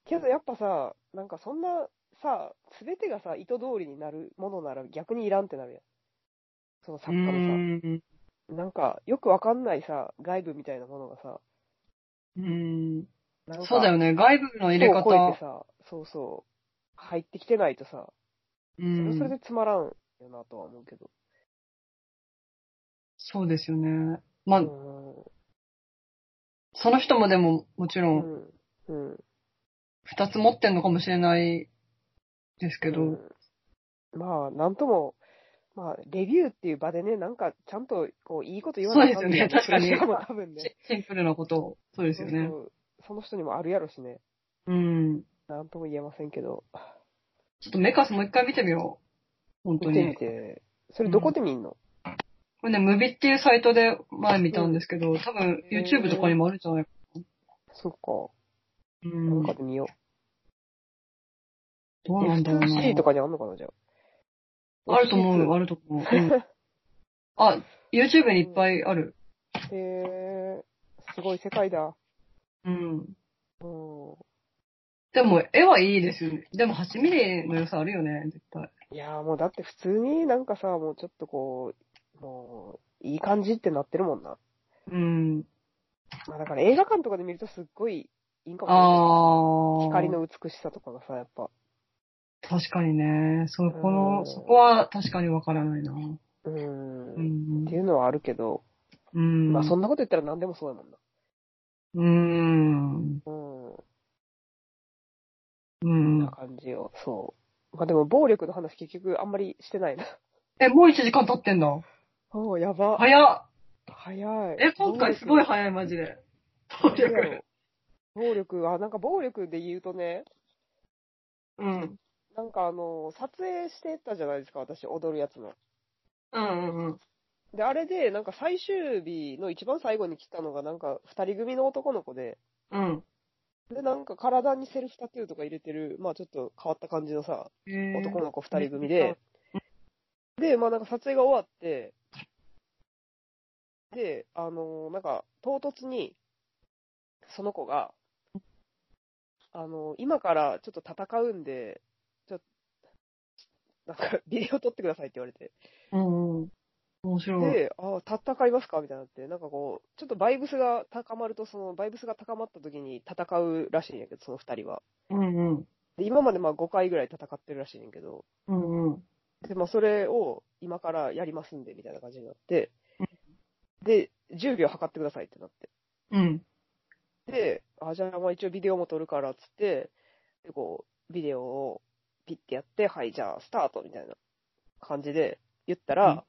A: けどやっぱさ、なんかそんなさ、すべてがさ、意図通りになるものなら逆にいらんってなるやん。その
B: う
A: 作
B: ー
A: 家の
B: ん。
A: さ、なんかよくわかんないさ、外部みたいなものがさ、
B: うーん。
A: なんか
B: そうだよね。外部の入れ
A: 人を超え
B: 方
A: て。さ、そうそう、入ってきてないとさ、
B: う
A: それはそれ
B: ん。
A: でつまらんよなとは思うけど。
B: そうですよね。まあ
A: う、ん。
B: その人もでも、もちろ、
A: うんん。うん。
B: 二つ持ってんのかもしれないですけ
A: う
B: ど、
A: んまあ、なんとも、まあ、レビューっていう場でね、なんかちゃんとこういいこと言わない
B: そうですよね確かに
A: かも多分ね
B: シ。シンプルなことを、そうですよね
A: そ。うそうその人にもあるやろしね。
B: うん。
A: なんとも言えませんけど。
B: ちょっとメカスもう一回見てみよう。本当
A: 見てみ
B: に。
A: て。それどこで見んの、
B: これね、ムビっていうサイトで前見たんですけど、多分
A: へー
B: YouTube とかにもあるんじゃないか
A: そっか。
B: う
A: なんんか。で見よ
B: ど
A: う。
B: うなんだろう
A: FTC と
B: な。
A: かにあんのかな、じゃあ。
B: あると思うよ、
A: う。
B: あると思う。
A: <laughs>
B: うんあ、YouTube にいっぱいある。
A: へえー、すごい世界だ。
B: うん。
A: うん。
B: でも、絵はいいですよね。でも、8ミリの良さあるよね、絶対。
A: いやーもうだって普通になんかさ、もうちょっとこう、もう、いい感じってなってるもんな。
B: うん。
A: まあだから映画館とかで見るとすっごいいいんかもしれない。
B: ああ。
A: 光。の美しさとかがさ、やっぱ。
B: 確かにね。そこ
A: う
B: の、
A: ん
B: そこは確かにわからないな。
A: う。
B: うんん
A: って。いうのはあるけど、
B: うん。
A: まあそんなこと言ったら何でもそうやもんな。
B: うん。
A: うん。
B: う
A: そん
B: ん
A: な。感じよ。そう。まあでも暴力の話結局あんまりしてない <laughs> な。
B: え、もう1時間経ってんだ。
A: おうやば。
B: 早っ。
A: 早い。
B: え、今回すごい
A: 暴
B: 早い、マジで。攻
A: 力
B: 略。。
A: 暴力、あ、なんか暴力で言うとね、
B: うん。
A: なんかあの、撮影してたじゃないですか、私、踊るやつの。
B: うんうんうん。
A: で、あれで、なんか最終日の一番最後に来たのが、なんか二人組の男の子で、
B: うん。
A: で、なんか体にセルフタトゥーとか入れてる、まあちょっと変わった感じのさ、
B: へー
A: 男の子二人組で、で、まあなんか撮影が終わって、で、あのーなんか唐突に、その子が、あのー今からちょっと戦うんで、ちょっと、なんかビデオ撮ってくださいって言われて、
B: うんうん。面白い。
A: で、ああ、戦いますかみたいになって、なんかこう、ちょっとバイブスが高まると、そのバイブスが高まった時に戦うらしいんやけど、その二人は。
B: うんうん。
A: で、今までまあ5回ぐらい戦ってるらしいんやけど、
B: うんうん。
A: で、まあそれを今からやりますんで、みたいな感じになって、で、10秒測ってくださいってなって。
B: うん。
A: で、あじゃあまあ一応ビデオも撮るからっつって、で、こう、ビデオをピッてやって、はい、じゃあスタートみたいな感じで言ったら、
B: うん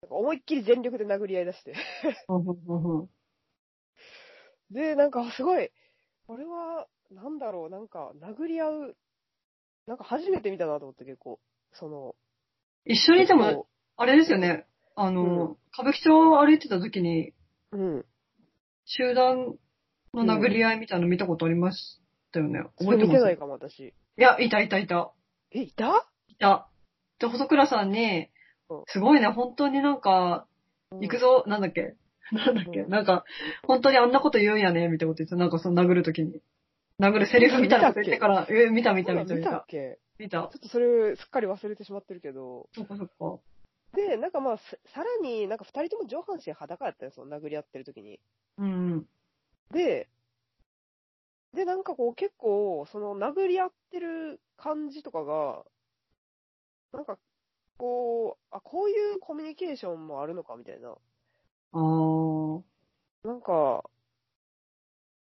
A: なんか思いっきり全力で殴り合いだして。 <laughs>
B: うんうんうん
A: で、なんかすごい、これは、なんだろう、なんか殴り合う、なんか初めて見たなと思って結構、その、
B: 一緒にでも、
A: こ
B: あれですよね。あ
A: う
B: の、歌舞伎町を歩いてた時に、
A: ううん。
B: 集団の殴り合いみたいなの見たことありましたよね。
A: そ
B: 覚
A: れ
B: えて
A: 見て
B: ま
A: な
B: す
A: いかも、私。
B: いや、いたいたいた。
A: え、いた
B: いた。で、細倉さんに
A: うん、
B: すごいね、本当になんか、行く。ぞ、なんだっけ、なんだっけ、
A: うん
B: なんか、本当にあんなこと言うんやね、みたいなこと言って、なんかその殴るときに。殴るセリフみたいなこと言ってから、え、見た
A: 見
B: 見
A: た
B: た見
A: 見
B: た
A: た見た
B: 見。
A: ったけ
B: 見
A: ちょ
B: た。
A: っとそれ、すっかり忘れてしまってるけど。
B: そっかそっ
A: で、なんかまあ、ささらになんか二人とも上半身裸やったよ、その殴り合ってる時に。
B: か。うん。
A: で、で、なんかこう結構、その殴り合ってる感じとかが、なんかこう、あ、こういうコミュニケーションもあるのかみたいな。
B: あー。
A: なんか、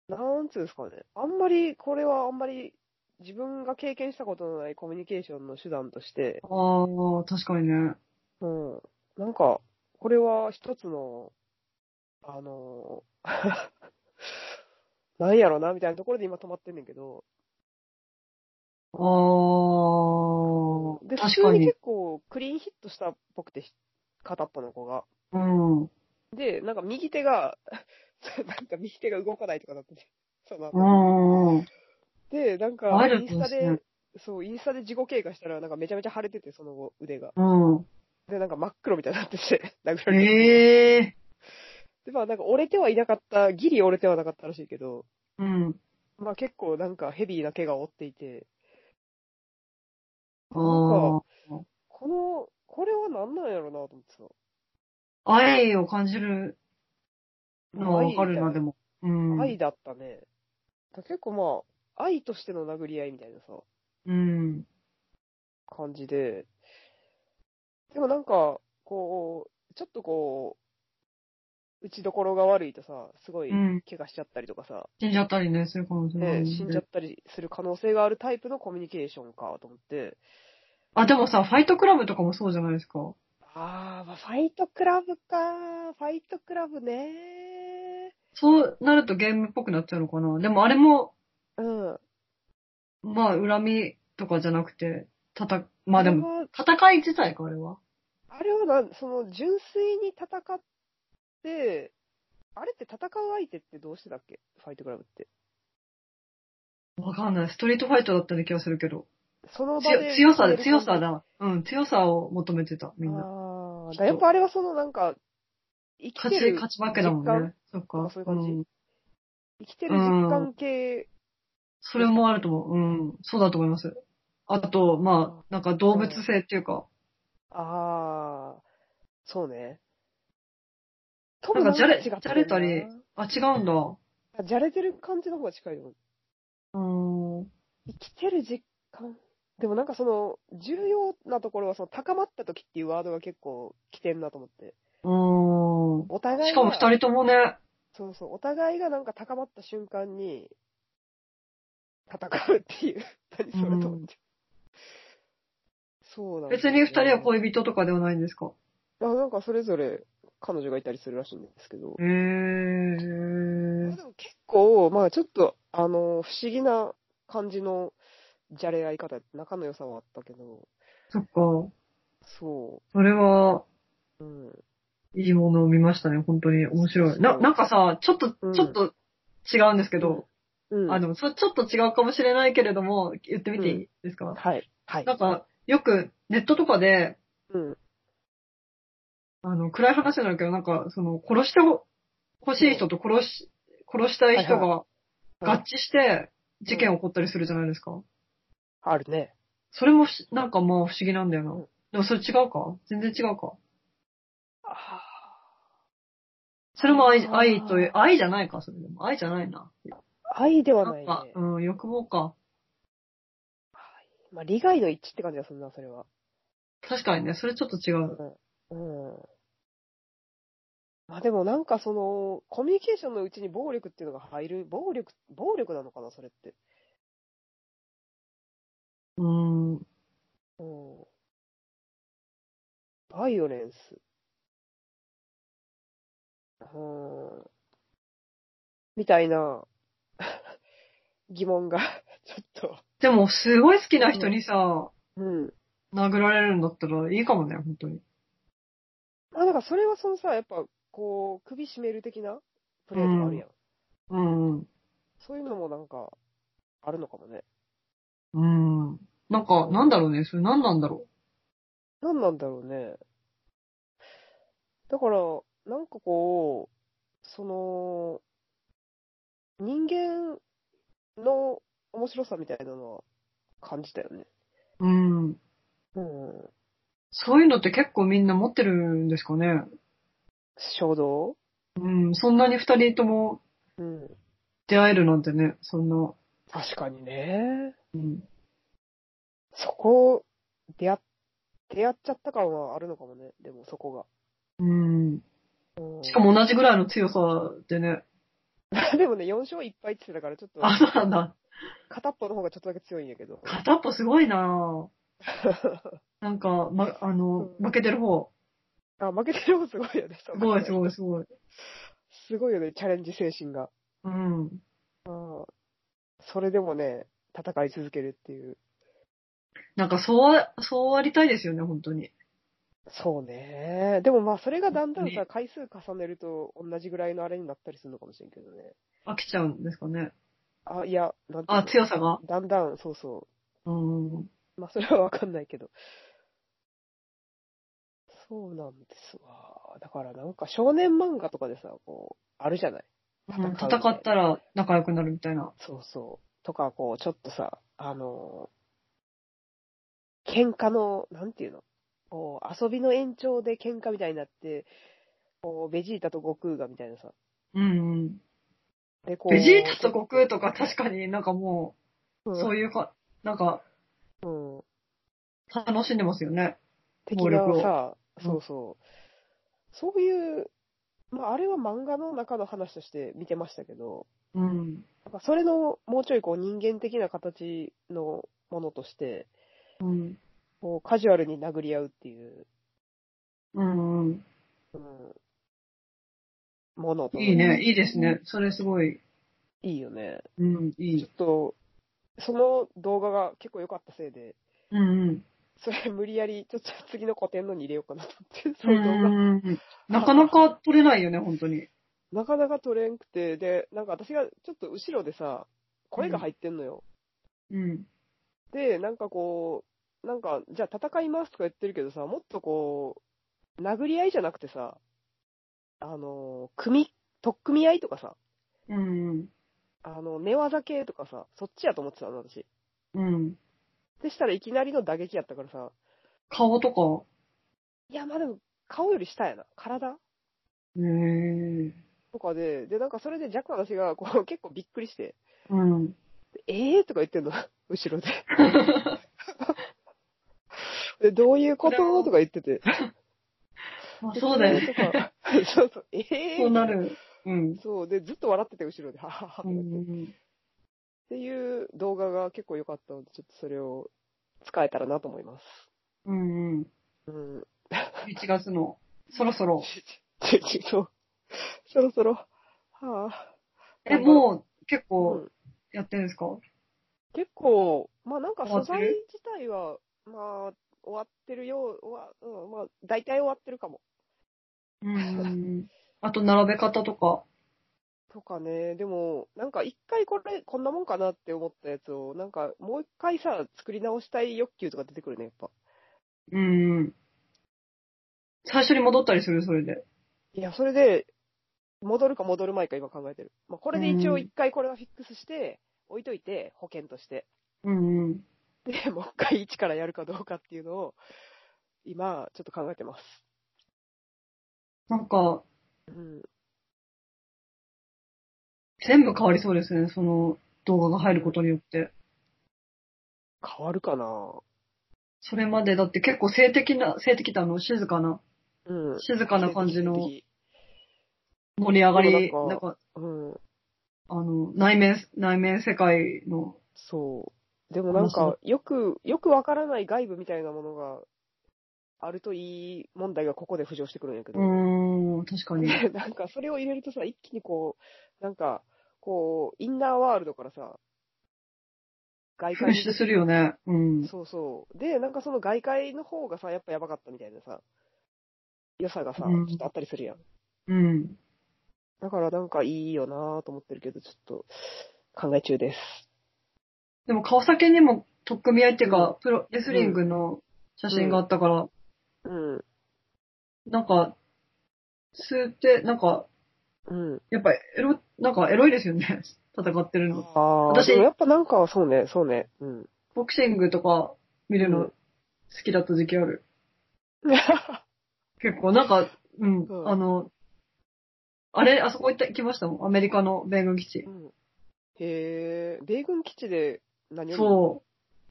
A: なんつうんですかね。あんまり、これはあんまり自分が経験したことのないコミュニケーションの手段として、
B: あー、確かにね。
A: うん。なんか、これは一つの、あの、 <laughs> なんやろな、みたいなところで今止まってんねんけど、
B: あー。
A: で、
B: 確
A: 普
B: か
A: 通に
B: に。
A: 結構クリーンヒットしたっぽくて、片っぽの子が。
B: うん。
A: で、なんか右手が、 <laughs> なんか右手が動かないとかなってて、その後
B: うんうん。
A: で、なんか
B: ワイ、
A: イン
B: ル
A: ス
B: ドで
A: タ
B: すね
A: で、そう、インスタで自己経過したら、なんかめちゃめちゃ腫れてて、その後、腕が。
B: うん。
A: で、なんか真っ黒みたいになってて、殴られて。
B: ええ
A: で、まあなんか折れてはいなかった、ギリ折れてはなかったらしいけど、
B: ー。うん。
A: まあ結構なんかヘビーな怪我を負っていて、
B: あ
A: なん
B: ー
A: か。この、これは何なんやろうなと思ってさ。
B: 愛を感じるのはわかるな、で
A: も。
B: も。うん。
A: 愛だったね。だ結構まあ、愛としての殴り合いみたいなさ、
B: うん。
A: 感じで、でもなんか、こう、ちょっとこう、打ちどころが悪いとさ、すごい
B: うん。
A: 怪我しちゃったりとかさ、
B: 死んじゃったりね、そういう可能性もある
A: ね
B: ね
A: 死んじゃったりする可能性があるタイプのコミュニケーションかと思って、
B: あ、でもさ、ファイトクラブとかもそうじゃないですか。
A: あー、まあ、ファイトクラブか、ファイトクラブね。
B: そうなるとゲームっぽくなっちゃうのかな。でもあれも、
A: うん。
B: まあ、恨みとかじゃなくて、たた、まあでも、
A: も、
B: 戦い自体か、あれは。
A: あれはなん、その、純粋に戦って、あれって戦う相手ってどうしてだっけファイトクラブって。
B: わかんない。ストリートファイトだったような気がするけど。
A: その場
B: 強
A: で。
B: 強さで、強さ。だ。うん、強さを求めてた、みんな。
A: ああ、だ
B: き
A: か
B: っと
A: らやっぱあれはそのなんか、生き
B: 勝
A: て
B: ち、
A: る、
B: 勝ち負けだもんね。そ
A: な
B: っ
A: ん
B: か
A: か。そういう感じ
B: ん。
A: 生きてる実感系、
B: それもあると思う。うん。そうだと思います。あと、まあ、なんか動物性っていうか、
A: ああ、そうね。ト
B: なんかじゃれ
A: ムの方が違った
B: じゃれたり
A: な
B: あ、違うんだ。
A: じゃれてる感じの方が近いよ。
B: うん。
A: 生きてる実感。でもなんかその、重要なところは、その、高まった時っていうワードが結構来てんなと思って。
B: うん。
A: お互いが、
B: しかも二人ともね、
A: そうそう、お互いがなんか高まった瞬間に、戦うっていう。何それと思って。そうなんです
B: 別
A: よ
B: に
A: ね
B: 二人は恋人とかではないんですか
A: あなんかそれぞれ彼女がいたりするらしいんですけど。
B: へえ。
A: まあでも結構、まあちょっと、あの、不思議な感じのじゃれ合い方、仲の良さはあったけど、
B: そっか。
A: そ
B: それは、
A: う、うん。
B: いいものを見ましたね、本当に。面白い。な、なんかさ、ちょっと
A: うん、
B: ちょっと違うんですけど、
A: うん。
B: あ、でも、それちょっと違うかもしれないけれども、言ってみていいですか、
A: はい。はい。
B: なんか、よくネットとかで、
A: うん。
B: あの、暗い話なんだけど、なんか、その、殺してほ欲しい人と殺し、殺したい人
A: はい
B: が合致して事件起こったりするじゃないですか。
A: あるね。
B: それもし、なんかまあ不思議なんだよな
A: うん。
B: でもそれ違うか全然違うか
A: あ
B: それも愛、
A: あー
B: 愛という、愛じゃないかそれでも。愛じゃないな。
A: ー愛では
B: な
A: ない
B: ん
A: ね。
B: か、うん、欲望か。
A: まあ、利害の一致って感じがするな、それは。
B: 確かにね、それちょっと違う。
A: うん。まあでもなんかその、コミュニケーションのうちに暴力っていうのが入る、暴力、暴力なのかな、それって。
B: うーん。
A: うん。バイオレンス。うん。みたいな <laughs> 疑問が、ちょっ
B: でも、すごい好きな人にさ、
A: と。うん。
B: 殴られるんだったらいいかもね、本当に。
A: まあだからそれはそのさ、やっぱこう、首絞める的なプレーとかあるやん。
B: うん、うん。
A: そういうのもなんか、あるのかもね。
B: うん。なんか、なんだろうね、それ何なんだろ
A: 何なんだろうね。だから、なんかこう、その、人間の面白さみたいなのは感じたよね。
B: う。うん。
A: うん。
B: そういうのって結構みんな持ってるんですかね。
A: 衝動
B: うん、そんなに二人とも
A: うん。
B: 出会えるなんてね、そんな。
A: 確かにね。
B: うん。
A: そこ、出会っ、出会っちゃった感はあるのかもね。でもそこ
B: うん。
A: が。うん、
B: しかも同じぐらいの強さでね。
A: でもね、4勝1敗って言ってたから、ちょっと、
B: あ、そうなんだ。
A: 片っぽの方がちょっとだけ強いんやけど。
B: 片っぽすごいなぁなんか、ま、あの、負けてる方。
A: <laughs> あ、負けてる方すごいよね。
B: すごいす
A: い。
B: ごいすごい。
A: すごいよね、チャレンジ精神が。
B: うん。
A: うんそれでもね、戦い続けるっていう。
B: なんか、そう、そうありたいですよね、本当に。
A: そうね。でもまあ、それがだんだん
B: ね
A: さ、回数重ねると同じぐらいのあれになったりするのかもしれんけどね。
B: 飽きちゃうんですかね。
A: あ、いや、なんていうの
B: あ、強さが。
A: だんだん、そうそ
B: うん。
A: う。まあ、それはわかんないけど。そうなんですわ。だからなんか少年漫画とかでさ、こう、あるじゃない。
B: うん
A: 戦う
B: 戦ったら仲良くなるみたいな。
A: そうそう。とか、こう、ちょっとさ、あのー喧嘩の、なんていうのこう、遊びの延長で喧嘩みたいになって、こう、ベジータと悟空がみたいなさ。
B: うんうん。
A: で、こう。
B: ベジータと悟空とか確かになんかもう、そう
A: い
B: いうか、なんか、
A: うん。うん。
B: 楽しんでますよね。
A: 的
B: 暴力を
A: なさ、
B: うん
A: そうそう。そういう、まあ、あれは漫画の中の話として見てましたけど、
B: うん。
A: なんかそれの、もうちょいこう、人間的な形のものとして、
B: うん。
A: こう、カジュアルに殴り合うっていう、
B: うんうん。
A: うんものと
B: いいね、いいですね。それすごい。
A: いいよね。
B: うん、い
A: ちょ
B: い
A: っ。と、その動画が結構良かったせいで、
B: うんうん。
A: それ無理やり、ちょっと次の古典のに入れようかなと思って、そ
B: うん
A: の動画。
B: うんうんなかなか取れないよね、本当に。
A: なかなか撮れんくて、で、なんか私がちょっと後ろでさ、声が入ってんのよ。
B: うん。
A: で、なんかこう、なんか、じゃあ戦いますとか言ってるけどさ、もっとこう、殴り合いじゃなくてさ、あの、組、取っ組み合いとかさ、
B: うん
A: あの、寝技系とかさ、そっちやと思ってたの、私。
B: うん。うん。
A: でしたらいきなりの打撃やったからさ、
B: 顔と
A: いや、まあでも、顔より下やな、体
B: か。へえ。
A: とかで、で、なんかそれで若干私が、こう、結 <laughs> 構びっくりして、
B: うん。
A: ええー、とか言ってんの、 <laughs> 後ろで。で、どういうこととか言ってて。
B: まあそうだよね。
A: ね。とか <laughs> そうそう、ええー。
B: そうな。る。うん。
A: そう、で、ずっと笑ってて、後ろで、ははは。っ
B: うんうん。
A: ていう動画が結構良かったので、ちょっとそれを使えたらなと思います。
B: うんうん。
A: <laughs> うん。
B: 1月の、そろそろ。
A: ちょちょそうそろそろ、はあ。
B: え、もう結
A: う
B: 構
A: ん
B: やってるんですか
A: 結構、まあなんか
B: 終わ
A: 素
B: ってる
A: 材自体は、まあ、終わってるよう、終わうん、まあ、大体終わってるかも。
B: うん。あと並べ方とか。
A: とかね、でも、なんか一回これ、こんなもんかなって思ったやつを、なんかもう一回さ、作り直したい欲求とか出てくるね、やっぱ。
B: うん。最初に戻ったりする、それで。
A: いや、それで、戻るか戻るまいか今考えてる。まあ、これで一応
B: うん
A: 一回これはフィックスして、置いといて、保険として。
B: うんうん。
A: で、もう一回一からやるかどうかっていうのを、今、ちょっと考えてます。
B: なんか、
A: うん。
B: 全部変わりそうですね、その動画が入ることによって。
A: 変わるかな
B: それまでだって結構性的な、性的だの、静かな、
A: うん。
B: 静かな感じの盛り上がり、
A: そうな
B: な
A: んん
B: か、
A: うん。
B: あの、内面、内面世界の、
A: そう。でもなん
B: 面
A: か、よく、よくわからない外部みたいなものがあるといい問題がここで浮上してくるんやけど。
B: うーん、確かに。
A: で <laughs> なんか、それを入れるとさ、一気にこう、なんか、こう、インナーワールドからさ、外
B: 噴
A: 界
B: <laughs>
A: に
B: 出するよね。うん。
A: そうそう。で、なんかその外界の方がさ、やっぱやばかったみたいなさ、良さがさ、
B: うん
A: ちょっとあったりするやん。
B: うん。
A: だからなんかいいよなぁと思ってるけど、ちょっと考え中です。
B: でも川崎にも取っ組み合いっていう
A: う
B: か、プロレスリングの写真があったから、
A: うん。
B: なんか、吸って、なんか、
A: うん。
B: やっぱエロ、なんかエロいですよね。 <laughs> 戦ってるの。
A: ああ、
B: 私
A: でもやっぱなんかそうね、そうね。
B: <laughs>
A: うん。
B: ボクシングとか見るの好きだった時期ある。結構、なんか、うん
A: う、ん
B: あの、あれ、あそこ行った、行きましたもん。アメリカの米軍基地
A: う。ん、へえ、米軍基地で何を
B: そ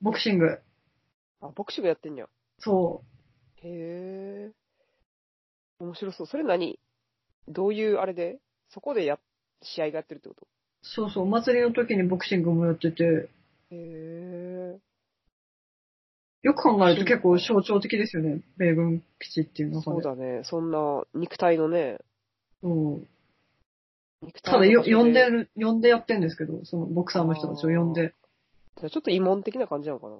B: う。ボクシング。
A: うあ、ボクシングやってんじゃん。
B: そ
A: へえ。面白そう。それ何どういうあれでそこでや、試合がやってるってこと
B: う。そうそう。お祭りの時にボクシングもやってて、
A: へえ。
B: よく考えると結構象徴的ですよね。米軍基地っていう中で。
A: そうだね。そんな肉体のね、
B: そう
A: 肉体
B: ただよ、
A: の場所
B: 呼んでる、呼んでやってんですけど、そのボクサーの人たちを呼んで。
A: じゃあちょっと慰問的な感じなのかな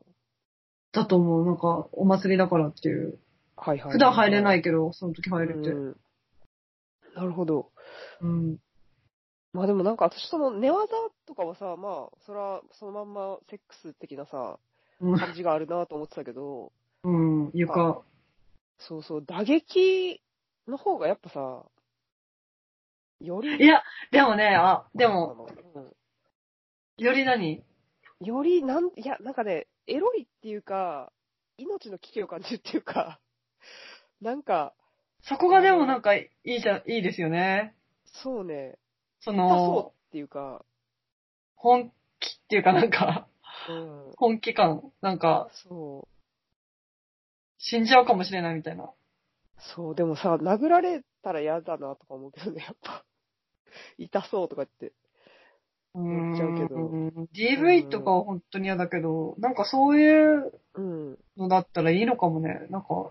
B: だと思う。なんか、お祭りだからっていう。
A: はいはい。。
B: 普段入れないいけど、その時入れて。
A: うんなるほど。
B: うん。
A: まあでもなんか私その寝技とかはさ、まあ、それはそのまんまセックス的なさ、
B: うん
A: 感じがあるなと思ってたけど、
B: うん。床。
A: そうそう、打撃の方がやっぱさ、より、
B: いや、でもね、あ、で
A: あ
B: も、
A: のう
B: より何
A: んよりなん、いや、なんかね、エロいっていうか、命の危機を感じるっていうか、 <laughs> なんか、
B: そこがでもなんかいいじゃ、いいですよね。
A: そうね、
B: そ
A: 痛
B: の
A: そ、うっていうか、
B: 本気っていうかなんか、
A: うん、
B: 本気感。なんか、
A: そう、
B: 死んじゃうかもしれないみたいな。
A: そう、でもさ、殴られたら嫌だなとか思うけどね、やっぱ。痛そうとか言って。
B: う
A: 思っちゃうけど
B: ん DV とかは本当に嫌だけど、なんかそういう
A: うん。
B: のだったらいいのかもね。なんか、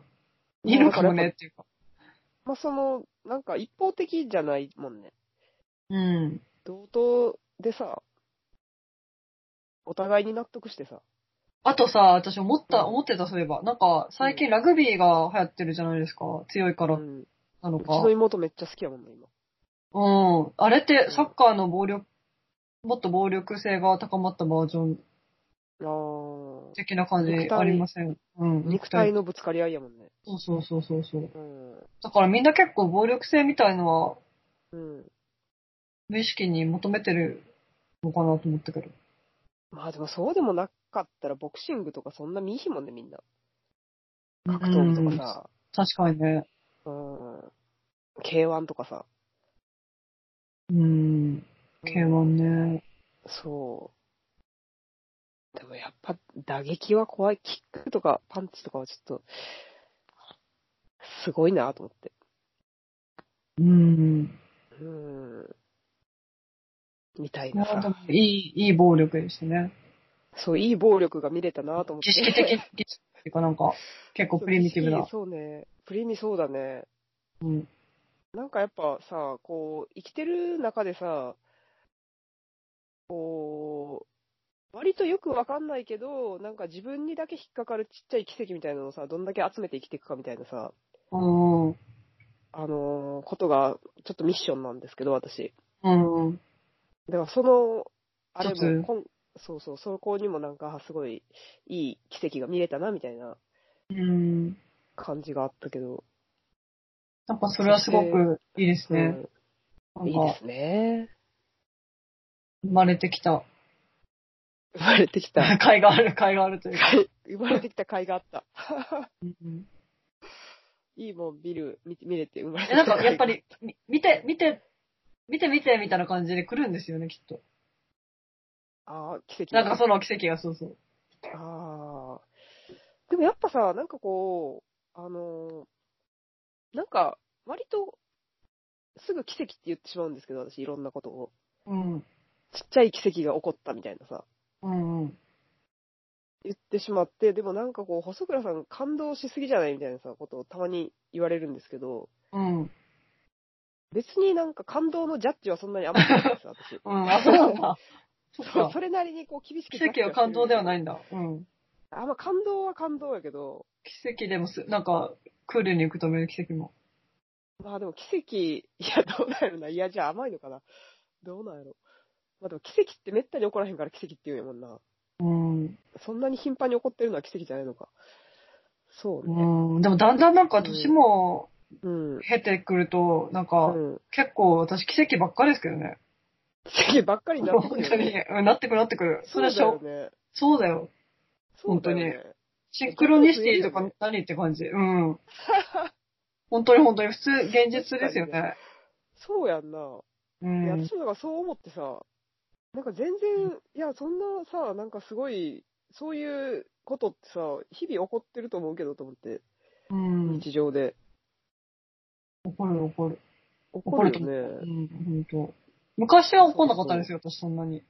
B: いいのかもねっていうか。
A: まあ、その、なんか一方的じゃないもんね。
B: うん。
A: 同等でさ、お互いに納得してさ。
B: あとさ、私思っ
A: うん
B: た、思ってた、そういえば。なんか、最近ラグビーが流行ってるじゃないですか。強いか
A: う
B: ら
A: ん。
B: なの
A: うち
B: か
A: の。妹めっちゃ好きやもんね、今。
B: うん。あれって、サッカーの暴力、もっと暴力性が高まったバージョン
A: あ
B: 的な感じ
A: 肉体
B: ありません。うん。
A: ー。肉体。のぶつかり合いやもんね。
B: そうそうそうそうそう。
A: うん。
B: だからみんな結構暴力性みたいのは
A: うん。
B: 無意識に求めてるのかなと思ったけど。
A: まあでもそうでもなかったらボクシングとかそんな見いひんもんね、みんな。格闘技とかさ。
B: 確かにね。
A: うん。K1 とかさ。
B: うん。K1 ね。
A: そう。でもやっぱ打撃は怖い。キックとかパンチとかはちょっと、すごいなと思って。
B: うん。
A: うーん。みたい
B: ま
A: な
B: あでも
A: さ。
B: いい、いい暴力でしたね。
A: そう、いい暴力が見れたなと思って。
B: 儀式的
A: <laughs>
B: 儀式っていうかなんか、結構プリミティブな。
A: そうね。プリミそうだね。
B: うん。
A: なんかやっぱさ、こう、生きてる中でさ、こう、割とよくわかんないけど、なんか自分にだけ引っかかるちっちゃい奇跡みたいなのをさ、どんだけ集めて生きていくかみたいなさ、
B: うん。
A: あのーことが、ちょっとミッションなんですけど、私。
B: うん。
A: だからその、あれ
B: 一つ
A: も、こんそうそう、そこにもなんか、すごいいい奇跡が見れたな、みたいな
B: うん。
A: 感じがあったけど。
B: なんかそれはすごくいいですね。な
A: うん、い
B: ん
A: いで
B: か
A: すね。
B: 生まれてき <laughs> た。
A: 生まれてきた。
B: 甲斐がある、甲斐があるというか。
A: 生まれてきた甲斐があった。
B: うん
A: いいもん見る、見て見れて生まれて
B: え
A: きた甲斐
B: なん
A: が
B: かやっぱり、み見て、見て、見て見てみたいな感じで来るんですよね、きっと。
A: <laughs> ああ、奇跡
B: な
A: だ
B: んかその奇跡がそうそう。
A: ああ。でもやっぱさ、なんかこう、あのーなんか、割と、すぐ奇跡って言ってしまうんですけど、私いろんなことを。
B: うん。
A: ちっちゃい奇跡が起こったみたいなさ、
B: うんうん。
A: 言ってしまって、でもなんかこう、細倉さん感動しすぎじゃないみたいなさ、ことをたまに言われるんですけど、
B: うん。
A: 別になんか感動のジャッジはそんなに甘くないんですよ、私。
B: うん。あ、そうなんだ。 <laughs> そっ
A: そう
B: か
A: そ。れなりにこう厳しく。
B: 奇跡は感動ではいないんだ。うん。
A: あ、まあ感動は感動やけど、
B: 奇跡でもす、なんか、クールに受け止める奇跡も。
A: まあでも奇跡、いや、どうなんやろな。いや、じゃあ甘いのかな。どうなんやろ。まあでも奇跡ってめったに起こらへんから奇跡って言うんやもんな。
B: うん。
A: そんなに頻繁に起こってるのは奇跡じゃないのか。そうね。
B: うん。でもだんだんなんか年も
A: うん。
B: 経てくると、なんか、
A: うん、
B: 結構私奇跡ばっかりですけどね。
A: 奇跡ばっかりになってく
B: 本
A: るよ
B: 当に
A: ね。、
B: うんなってくるなってくる。そ
A: そう
B: れ
A: だ
B: しょ
A: よ、ね。
B: そうだよ。
A: そうだよね。
B: シンクロニシティとか何って感じ。 <laughs> うん。本当に本当に普通、現実ですよね。
A: そうやんな。
B: う
A: いや
B: ん。
A: 私もなんかそう思ってさ、なんか全然、いや、そんなさ、なんかすごい、そういうことってさ、日々起こってると思うけどと思って、
B: うん。
A: 日常で。
B: 怒る怒る。
A: 起こ
B: 怒
A: る
B: ると
A: よ
B: 思
A: ね
B: う。う。ん、本当。昔は怒んなかったんですよ、私そんなに。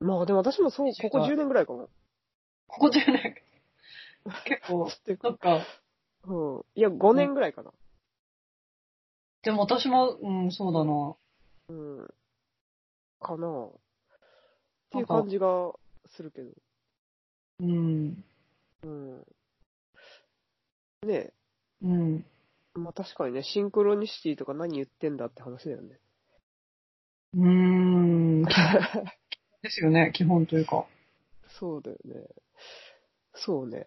A: まあでも私もそう、ここ10年ぐらいかも。
B: ここじゃない。結構、
A: っていうか
B: なんか、
A: うん。いや、5年ぐらいかな。
B: でも私も、うん、そうだな。
A: うん。かなあっていう感じがするけど。
B: うん。
A: うん。ねえ。
B: うん。
A: まあ確かにね、シンクロニシティとか何言ってんだって話だよね。 <laughs>
B: うん。ですよね、基本というか。
A: そうだよね。そうね。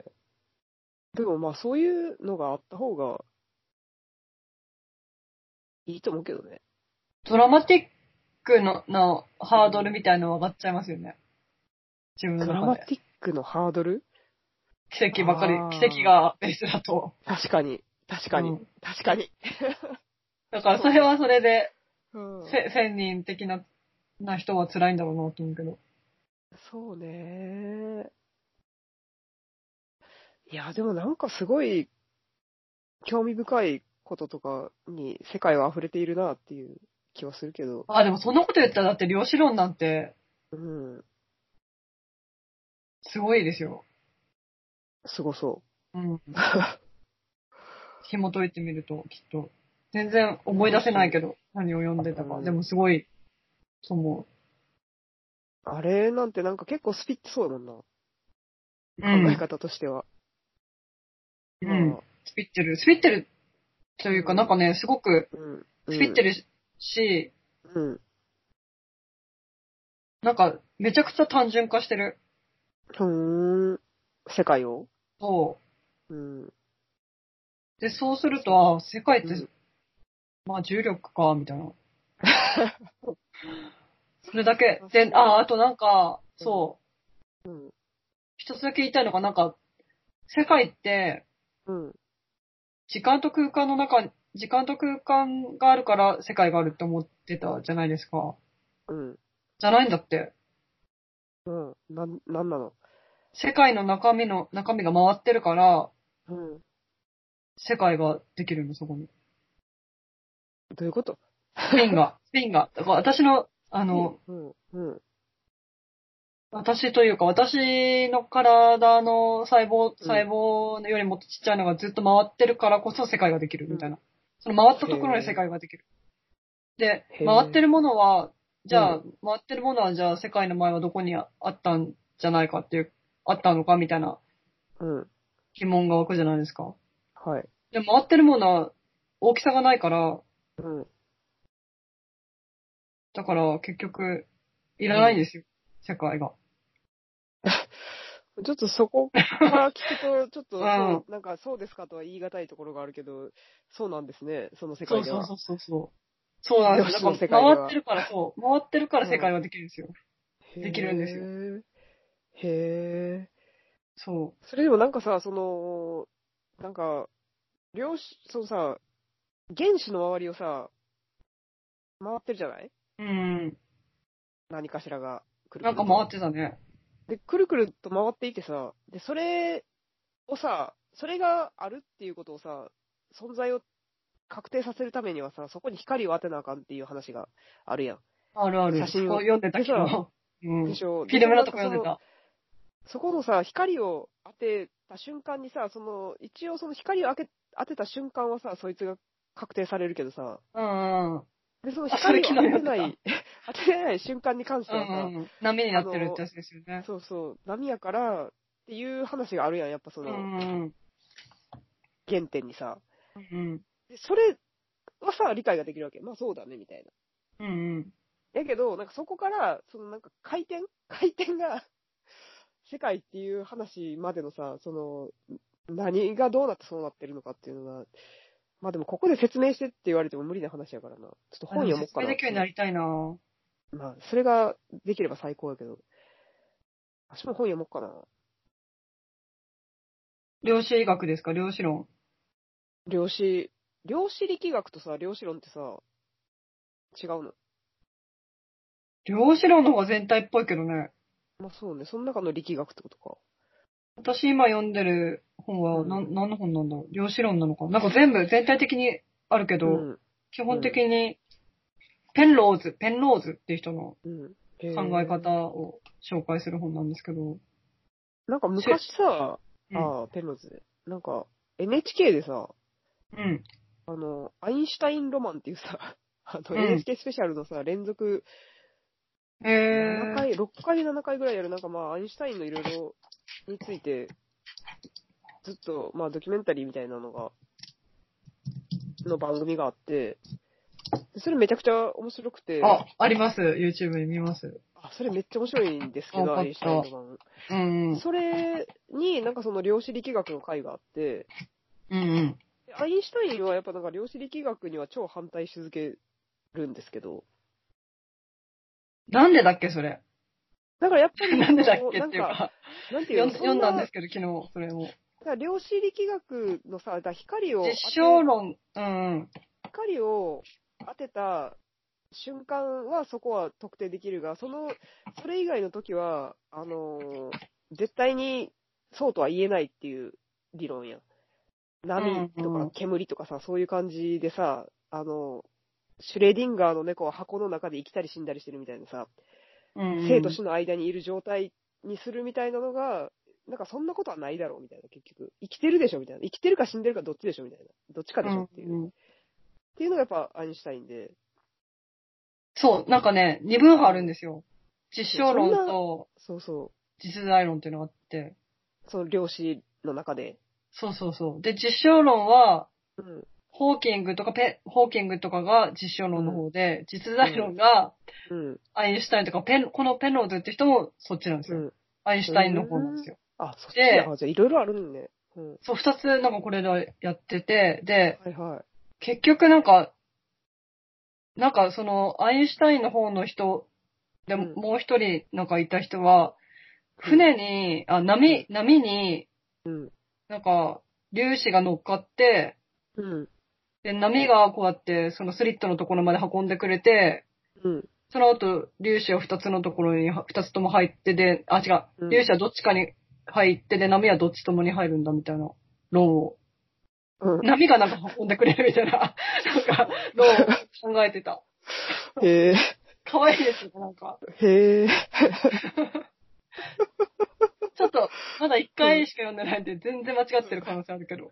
A: でもまあそういうのがあった方がいいと思うけどね。
B: ドラマティックののハードルみたいなの上がっちゃいますよね。自分
A: ド
B: の
A: ラ
B: 中
A: マ
B: で。
A: ティックのハードル
B: 奇跡ばかり
A: あ、ー
B: 奇跡がベースだと。
A: 確かに。確かに。
B: うん
A: 確かに。
B: だからそれはそれで、
A: うん
B: せ千人的なな人は辛いんだろうなと思うけど。
A: そうね。いや、でもなんかすごい興味深いこととかに世界は溢れているなっていう気はするけど。
B: あ、でもそんなこと言ったらだって量子論なんて
A: うん。
B: すごいですよ。
A: すごそ <laughs>
B: うん。
A: う。
B: 紐解いてみると、きっと。全然思い出せないけど、何を読んでたか。
A: うん
B: でもすごい、そう思
A: あれなんてなんか結構スピってそうだもんな。
B: う。う
A: 考え
B: ん。
A: 方としては。
B: うん
A: まあ。
B: スピってる。スピってるというか、なんかね、すごく
A: うん。
B: スピって
A: る。
B: るし、
A: うん。
B: なんか、めちゃくちゃ単純化してる。
A: ふーん。世界を
B: そ
A: うん。
B: う。で、そうすると、あ世界って、
A: うん
B: まあ重力か、みた
A: <laughs>
B: いな。それだけ
A: あ。そう
B: で、あ、あとなんか、そう、
A: うん。
B: 一つだけ言いたいのが、なんか、世界って、
A: うん。
B: 時間と空間の中に、時間と空間があるから世界があるって思ってたじゃないですか。
A: うん。
B: じゃないんだって。
A: うん。なん、なんなの
B: 世界の中身の、中身が回ってるから、
A: うん。
B: 世界ができるの、そこに。
A: どういうこと
B: スピンが、スピンが。だから私の、あ
A: あ
B: の、、
A: うん。うん。
B: 私というか、私の体の細胞、細胞よりもちっちゃいのがずっと回ってるからこそ世界ができるみたいな。その回ったところに世界ができる。で
A: へ、ー
B: 回ってるものは、じゃあ、
A: う
B: 回ってるものはじゃあ世界の前はどこにあったんじゃないかっていう、あったのかみたいな
A: うん。
B: 疑問が湧くじゃないですか。
A: はい。
B: で、回ってるものは大きさがないから、
A: うん。
B: だから結局、いらないんですよ、社会が。
A: ちょっとそこから聞くと、ちょっと
B: <laughs> う
A: そ
B: ん
A: う、なんかそうですかとは言い難いところがあるけど、そうなんですね、その世
B: そ
A: 界
B: う
A: で
B: そう
A: は。
B: そうそうそう。そうなんですよ。
A: 漁
B: だ
A: 師の世界
B: か
A: で
B: ら
A: は
B: 回ってるから、そう。回ってるから世界はできるんですよ。
A: へー
B: できるんです
A: へー。
B: そ。
A: それでもなんかさ、その、なんか、量子、そのさ、原子の周りをさ、回ってるじゃないう
B: うん。
A: 何かしらが。くるく
B: な
A: る
B: んか回ってたね。
A: で、くるくると回っていてさ、で、それをさ、それがあるっていうことをさ、存在を確定させるためにはさ、そこに光を当てなあかんっていう話があるやん。
B: あるある。
A: 写真を
B: そう読んでたけ
A: で
B: ど。うん。
A: で
B: フ
A: しょ
B: ィルムのとこ読んでた。
A: そこのさ、光を当てた瞬間にさ、その、一応その光を当て当てた瞬間はさ、そいつが確定されるけどさ、
B: うんうん。
A: で、その
B: あそれ
A: 光を当てな
B: 昨日
A: い、 <laughs> 当てれない瞬間に関して
B: う
A: はさ、
B: んうん。波になってるってやつですよね。
A: そうそう、波やからっていう話があるやん、やっぱそうの、
B: んうん。
A: 原点にさ。
B: うん
A: でそれはさ、理解ができるわけ。まあそうだね、みたいな。
B: うん。うん
A: やけど、なんかそこから、そのなんか回転 <laughs> 回転が、世界っていう話までのさ、その、何がどうなってそうなってるのかっていうのが、まあでもここで説明してって言われても無理な話やからな。ちょっと
B: あで
A: 本
B: も
A: 読もう
B: 説
A: か
B: 明
A: な。
B: できるようになりたいな
A: まあ、それができれば最高やけど。私も本読もうかな。
B: 量子医学ですか量子論。
A: 量子、量子力学とさ、量子論ってさ、違うの。
B: 量子論の方が全体っぽいけどね。
A: まあそうね、その中の力学ってことか。
B: 私今読んでる本は、な、
A: うん
B: 何の本なんだろう量子論なのかななんか全部、全体的にあるけど、
A: うん。
B: 基本的に、ペンローズ、ペンローズっていう人の
A: うん、
B: 考え
A: へー
B: 方を紹介する本なんですけど、
A: なんか昔さ、
B: うん
A: ああ、ペンローズで。なんか、NHK でさ、
B: うん。
A: あの、アインシュタインロマンっていうさ、 <laughs> あ
B: う
A: の、
B: ん
A: NHK スペシャルのさ、連続、
B: へ
A: 7
B: え
A: 回、6回、7回ぐらいやる、なんかまあ、アインシュタインのいろいろについて、ずっと、まあ、ドキュメンタリーみたいなのが、の番組があって、でそれめちゃくちゃ面白くて、
B: あ、あります。YouTube に見ます。
A: あそれめっちゃ面白いんですけ
B: よか
A: ど、
B: った
A: アインシュタインロマン。
B: うんうん。
A: それに、なんかその量子力学の回があって、
B: うんうん。
A: でアインシュタインはやっぱなんか量子力学には超反対し続けるんですけど、
B: なんでだっけ、それ。
A: だからやっぱり、
B: なんでだっ
A: こ
B: けっていうか、
A: なんか、なんていう
B: 読
A: の、。
B: ん読んだんですすけど、昨日、それも。
A: だから量子力学のさ、だから光を当て、
B: 実証論、うんうん。
A: 光を当てた瞬間はそこは特定できるが、その、それ以外の時は、あのー絶対にそうとは言えないっていう理論やん。波と
B: うんう
A: か
B: ん
A: 煙とかさ、そういう感じでさ、あのーシュレディンガーの猫は箱の中で生きたり死んだりしてるみたいなさ、
B: うんうん
A: 生と死の間にいる状態にするみたいなのが、なんかそんなことはないだろうみたいな、結局。生きてるでしょみたいな。生きてるか死んでるかどっちでしょみたいな。どっちかでしょっていう。
B: んん
A: っていうのがやっぱアインシュタインで。
B: そう、なんかね、二分派あるんですよ。実証論
A: そんな
B: と
A: そうそ
B: 実在論っていうのがあって。
A: う。その量子の中で。
B: そうそうそう。で、実証論は、
A: うん。
B: ホーキングとかペ、ホーキングとかが実証論の方で、実在論が、
A: うん。
B: アインシュタインとか、ペン、このペンローズって人もそっちなんです
A: う
B: よ。
A: ん。
B: アインシュタインの方なんですよ。
A: あ、そっち
B: で
A: だ。あじゃあいろいろあるんね。うん。
B: そう、二つなんかこれでやってて、で、
A: はいはい。
B: 結局なんか、なんかその、アインシュタインの方の人、でも、
A: うん
B: もう一人なんかいた人は、船に、あ、波、波に、
A: うん。
B: なんか、粒子が乗っかって、
A: うん。
B: で、波がこうやって、そのスリットのところまで運んでくれて、
A: うん。
B: その後、粒子は二つのところに、は二つとも入ってで、あ、違う、
A: うん
B: 粒子はどっちかに入ってで、波はどっちともに入るんだみたいな論を。
A: うん。
B: 波がなんか運んでくれるみたいな、なんか、論を考えてた。
A: へえ。
B: 可愛いですね、なんか。
A: へえ。
B: ちょっと、まだ一回しか読んでないんで、全然間違ってる可能性あるけど。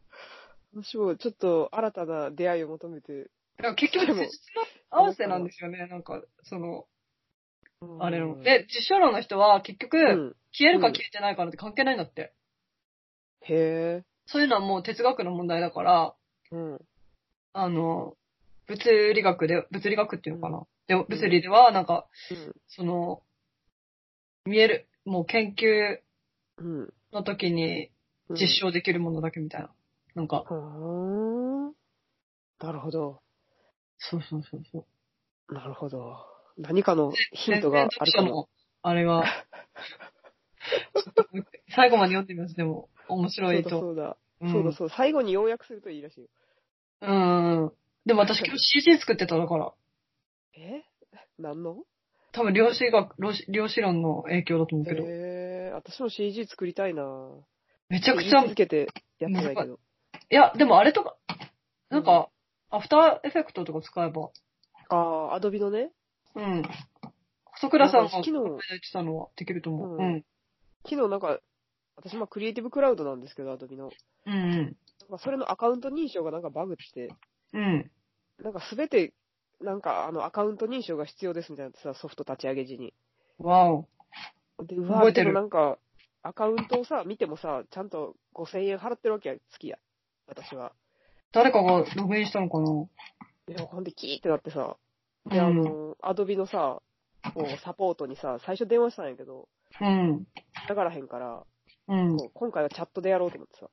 A: 私もちょっと新たな出会いを求めて。
B: だから結局、
A: で
B: 実
A: も
B: の合わせなんですよね、なんか、その、あれ
A: う
B: の。
A: ん、
B: で、実証論の人は結局、
A: うん。
B: 消えるか消えてないかなんて関係ないんだって。
A: へえ。
B: そういうのはもう哲学の問題だから、
A: うん。
B: あの、物理学で、物理学っていうのかな。で、ルセリーでは、なんか、
A: うん
B: その、見える、もう研究
A: うん。
B: の時に実証できるものだけみたいな。なんか、
A: うん。うーんなるほど。
B: そうそうそうそう。
A: なるほど。何かのヒントがあるか
B: 全然読書
A: も。
B: のあれが、ちょっともう一回最後まで読んでみます、でも。
A: そ
B: 面白
A: う
B: い
A: だ
B: と。
A: そうだ。
B: ん
A: そうだそうだ。最後に要約するといいらしいよ。
B: うん。でも私今日 CG 作ってただから、
A: え <laughs> 何の
B: 多分量子学、量子量子論の影響だと思うけど、
A: えー、私も CG 作りたいなぁ。
B: めち
A: 言
B: ゃ
A: い
B: くちゃ、
A: 続
B: い
A: けてやってないけど。
B: や、でもあれとか、なんか、アフターエフェクトとか使えば、
A: ああ、アドビのね。
B: うん。細倉さんが
A: なんか
B: 言っ
A: 昨日
B: てたのはできると思
A: う
B: う。うんん。
A: 昨日なんか、私まあクリエイティブクラウドなんですけど、アドビの。
B: うん。
A: まあ、それのアカウント認証がなんかバグって、
B: うん。
A: なんかすべて、なんかあのアカウント認証が必要ですみたいなさ、ソフト立ち上げ時に。
B: わお。
A: で、うわ
B: 覚えてる
A: でもなんか、アカウントをさ、見てもさ、ちゃんと5000円払ってるわけや、月や。私は。
B: 誰かがログインしたのか
A: で、ほんでキーってなってさ、で、
B: な
A: あ
B: うん。
A: の、アドビのさ、こうサポートにさ、最初電話したんやけど、
B: うん。
A: だからへんから、
B: うん。
A: そう今回はチャットでやろうと思ってさ、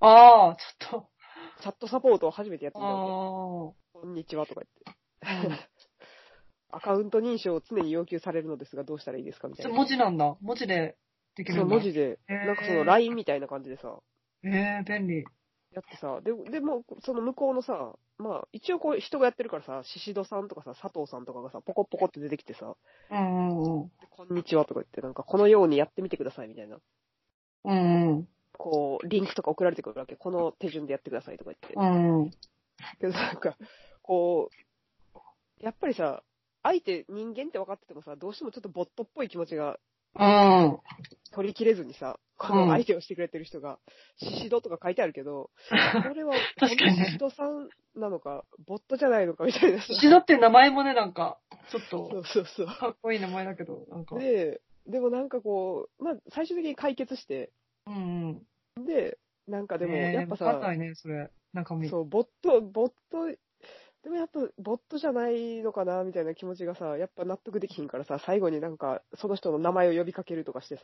B: ああ、ちょっ
A: チャットサポートを初めてやってみ
B: と。
A: たわ
B: あ
A: け。こんにちはとか言
B: あ。
A: って。 <laughs> アカウント認証を常に要求されるのですが、どうしたらいいですかみたい
B: そ
A: な
B: れ。文字なんだ。文字ででき
A: そ
B: る
A: うん
B: だ。
A: 文字で、
B: へー
A: なんかその LINE みたいな感じでさ、
B: ええ便利。
A: やってさ、で、でも、その向こうのさ、まあ、一応こう人がやってるからさ、シシドさんとかさ、佐藤さんとかがさ、ポコポコって出てきてさ、
B: うんうんうん。
A: こんにちはとか言って、なんかこのようにやってみてくださいみたいな。
B: うんうん。
A: こう、リンクとか送られてくるわけ。この手順でやってくださいとか言って。
B: うん
A: <laughs>
B: うん。
A: けどなんか、こう、やっぱりさ、相手人間って分かっててもさ、どうしてもちょっとボットっぽい気持ちが
B: うん。
A: 取りきれずにさ、こ
B: う
A: の
B: ん
A: 相手をしてくれてる人が、シシドとか書いてあるけど、これは、
B: 確かにね
A: シシドさんなのか、ボットじゃないのかみたいなさ。
B: シドっていう名前もね、なんか、ちょっ
A: そ
B: と、
A: うそうそ
B: かっこいい名前だけど、なんか。
A: う。で、でもなんかこう、まあ、最終的に解決して、
B: うんうん。
A: で、なんかでも、
B: ええ
A: やっぱ
B: わかんな
A: さ、
B: いね、それ。中身。
A: そう、ボット、ボット、でもやっぱ、ボットじゃないのかな、みたいな気持ちがさ、やっぱ納得できひんからさ、最後になんか、その人の名前を呼びかけるとかして
B: <laughs>
A: さ、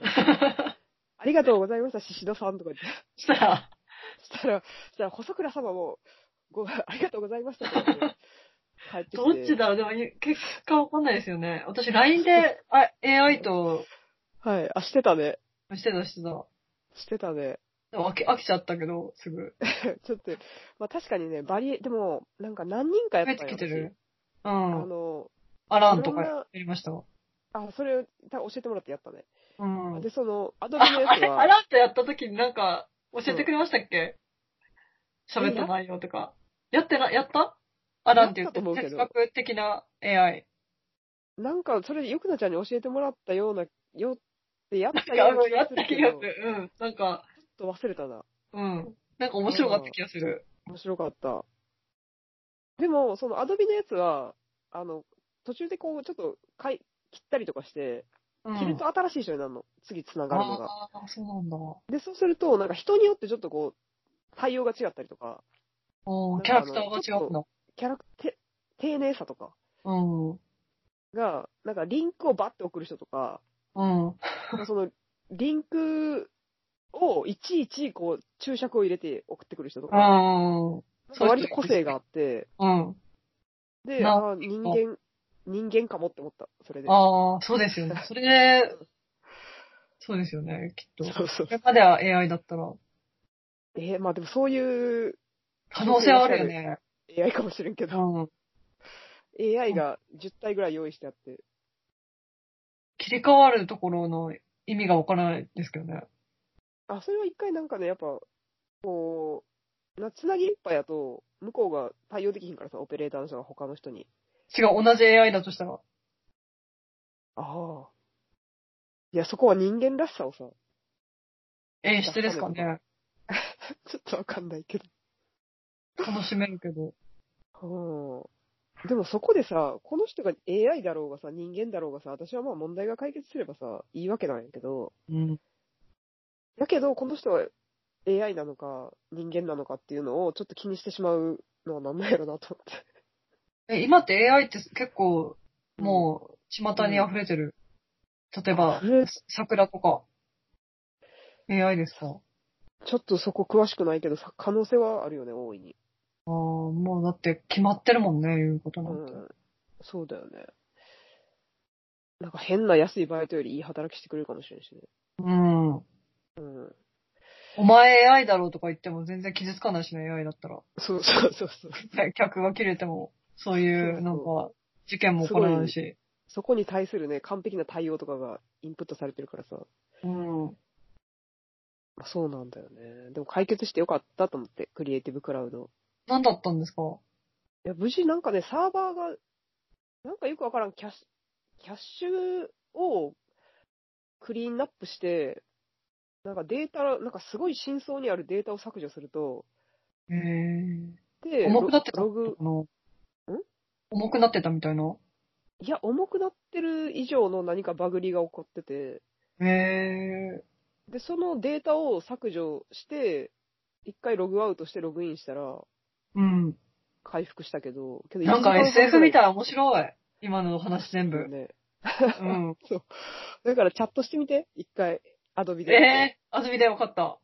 A: ありがとうございました、シシドさんとか言って、
B: したら、
A: そしたら、そしたら、細倉様も、ご、ありがとうございましたって言って帰ってきて。
B: どっちだろうでも、結果わかんないですよね。私、LINE で、あ、AI と、
A: はい。あ、してたね。
B: してた、してた。
A: してたね。
B: でも飽き、飽きちゃったけど、すぐ。
A: ちょっと、まあ確かにね、バリエ、でも、なんか何人かやっ
B: 目
A: ぱ
B: つ
A: り
B: けて
A: 私
B: る。う
A: あ
B: ん。
A: の、
B: アランとか
A: いろんな
B: やりましたわ。
A: あ、それ、た教えてもらってやったね。
B: うん。
A: で、その、アドビの
B: ああ
A: やつ
B: れ、
A: は、
B: <laughs> アラートやった時になんか、教えてくれましたっけ喋、った内容とか。やってな、やったアランって言って、
A: やったと思うけど
B: 哲学的な AI。
A: なんか、それ、よくなちゃんに教えてもらったような、よってやっ
B: な
A: た
B: んか、
A: ような
B: うん
A: 気
B: や
A: が
B: っ
A: す
B: た
A: る
B: 気
A: け
B: が
A: ど、
B: す
A: ちょっ
B: る。うん。なんか、
A: と忘れたな。
B: うん。なんか面白かった気がする。
A: 面白かった。でも、そのアドビのやつは、あの、途中でこう、ちょっと、かい、切ったりとかして、
B: うん。
A: 切ると新しい人になるの。次繋がるのが。
B: ああー、そうなんだ。
A: で、そうすると、なんか人によってちょっとこう、対応が違ったりとか、
B: お
A: なんか
B: ーキャラクターが違うんだ。
A: キャラクター、丁寧さとか
B: うん。
A: が、なんかリンクをバッて送る人とか、
B: うん。
A: なんかその、リンクをいちいちこう、注釈を入れて送ってくる人とか、
B: うん。
A: なんか割と個性があって、
B: うん。
A: で、
B: な
A: ああ、人間、人間かもって思った、それで。
B: ああ、そうですよね。 <laughs> それで、そうですよね、きっと。
A: そうそう
B: こ。れまでは AI だったら、
A: えーまあでもそういう
B: 可能性はあるよね。
A: AI かもしれんけ
B: う
A: ど、
B: ん。
A: AI が10体ぐらい用意してあって、
B: 切り替わるところの意味がわからないですけどね。
A: あ、それは一回なんかね、やっぱ、こう、なつなぎいっぱいだと、向こうが対応できひんからさ、オペレーターの人が他の人に。
B: 違う、同じ AI だとしたら。
A: ああ。いや、そこは人間らしさを <laughs> さ、
B: 演出ですかね。
A: ちょっとわかんないけど。
B: 楽しめるけど。
A: うん。でもそこでさ、この人が AI だろうがさ、人間だろうがさ、私はまあ問題が解決すればさ、いいわけなんやけど、
B: うん。
A: だけど、この人は AI なのか、人間なのかっていうのをちょっと気にしてしまうのはなんなんやろなと思って。
B: え、今って AI って結構、もう、巷に溢れてる。例えば
A: そ、れ
B: 桜とか。AI ですかあ
A: ちょっとそこ詳しくないけど、さ可能性はあるよね、大いに。
B: あー、もうだって決まってるもんね、いうこと
A: う
B: なんて。
A: ん。そうだよね。なんか変な安いバイトよりいい働きしてくれるかもしれないしね。
B: うん。
A: うん。
B: お前 AI だろうとか言っても全然傷つかないしね、AI だったら。
A: そうそうそうそう。
B: 客が切れても、そうい、
A: そうう
B: なんか、事件も起こらないし。
A: そこに対するね、完璧な対応とかがインプットされてるからさ。
B: うん。
A: まあそうなんだよね。でも解決してよかったと思って、クリエイティブクラウド。
B: 何だったんですか
A: いや、無事なんかね、サーバーが、なんかよくわからん、キャッシュ、キャッシュをクリーンナップして、なんかデータ、なんかすごい真相にあるデータを削除すると、
B: へえ。
A: で、
B: 重くなってた
A: ログ、
B: の重くなってたみたいな。
A: いや、重くなってる以上の何かバグりが起こってて、
B: へえ。
A: で、そのデータを削除して、一回ログアウトしてログインしたら、
B: うん。
A: 回復したけど、けど
B: なんか SF み
A: い
B: たいな面白い。今の話
A: <laughs>
B: 全部。
A: ね。
B: うん。
A: だからチャットしてみて、一回、アドビで。
B: ええー、遊びでよかった。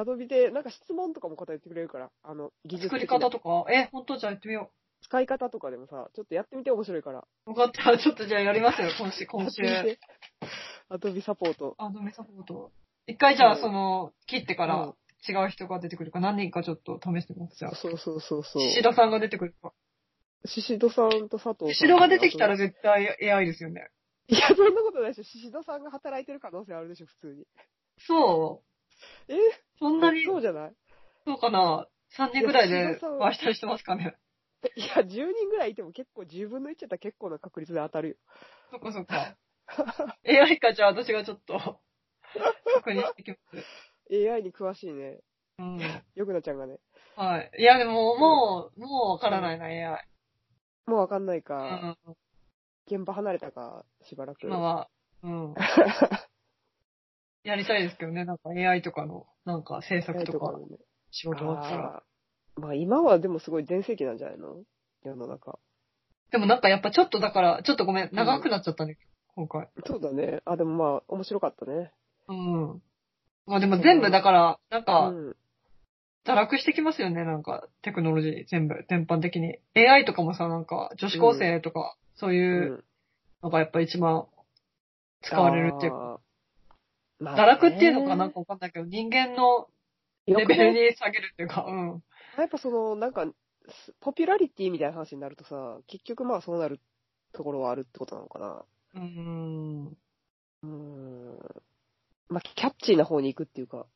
A: アドビで、なんか質問とかも答えてくれるから、あの、技術
B: 作り
A: 的
B: 方
A: な
B: とか。え、本当じゃあやってみよ
A: 使い方とかでもさ、ちょっとやってみて面白いから。
B: う。よかった。ちょっとじゃあやり
A: <laughs>
B: ますよ、今週、今週。
A: アドビサポート。
B: あの、メサポート。一回じゃあ、
A: そう
B: その、切ってか
A: う
B: ら違う人が出てくるか、何人かちょっと試してみます。じゃあ、
A: そうそうそうそう。
B: シシドさんが出てくるか。
A: シシドさんと佐藤さん。
B: シシドが出てきたら絶対 AI ですよね。
A: いや、そんなことないでしょ。シシドさんが働いてる可能性あるでしょ、普通に。
B: そう
A: え
B: そんなに、
A: そうじゃない
B: そうかな ?3 人くらい
A: いやシ
B: で
A: シドさんは
B: 回したりしてますかね。
A: いや、10人ぐらいいても結構、10分の1だったら結構な確率で当たるよ。
B: そっかそっか。AI か、じゃあ私がちょっと、確認してきます。
A: AI に詳しいね。
B: うん。
A: よくなちゃんがね。
B: はい。いや、でも、もう、もうわからないな、AI。
A: もうわかんないうか、
B: ん。
A: 現場離れたか、しばらく。
B: 今は、うん。やりたいですけどね、なんか AI とかの、なんか制作とか
A: もね
B: 仕事終わったら。
A: あーまあ今はでもすごい全盛期なんじゃないの世の中。
B: でもなんかやっぱちょっとだから、ちょっとごめん、長くなっちゃったね、今回。
A: そうだね。あ、でもまあ面白かったね。
B: うん。まあでも全部だから、なん
A: う
B: か、
A: ん。
B: 堕落してきますよね、なんか、テクノロジー全部、全般的に。AI とかもさ、なんか、女子高生とか、そういうのがやっぱ一番使われるっていうか。
A: か。まあね
B: 堕落っていうのかなんかわかんないけど、人間のレ
A: よ
B: ベ
A: く
B: ル
A: ね
B: に下げるっていうか、うん。
A: やっぱその、なんか、すポピュラリティみたいな話になるとさ、結局まあそうなるところはあるってことなのかな。
B: うん。
A: うーん。まあキャッチーな方に行くっていうか。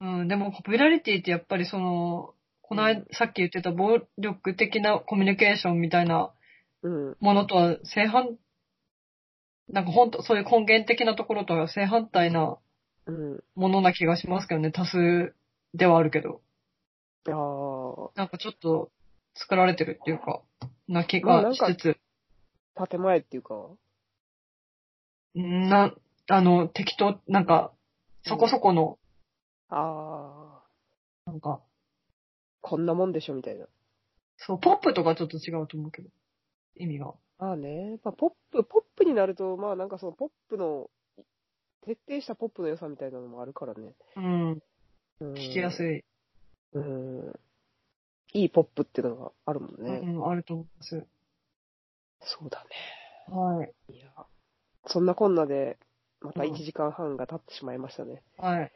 B: うん、でもポピュラリティってやっぱりその、この間、
A: うん
B: さっき言ってた暴力的なコミュニケーションみたいな
A: うん。
B: ものとは正反、なんか本当、そういう根源的なところとは正反対な
A: うん。
B: ものな気がしますけどね、多数ではあるけど。
A: ああ。
B: なんかちょっと作られてるっていうか、な気
A: まあな
B: が
A: ん
B: し
A: か
B: つつ、
A: 建前っていうか。
B: うんな、あの、適当、なんか、そこそこの、
A: ああ。
B: なんか、
A: こんなもんでしょみたいな。
B: そう、ポップとかちょっと違うと思うけど、意味が。
A: まあね、まあ、ポップ、ポップになると、まあなんかそのポップの、徹底したポップの良さみたいなのもあるからね。
B: うん、
A: うん、
B: 聞きやすい。
A: うん。いいポップっていうのがあるもんね。
B: うん、あると思います。
A: そうだ
B: はい。
A: ね。いや。そんなこんなで、また1時間半が経ってしまいましたね。
B: はい。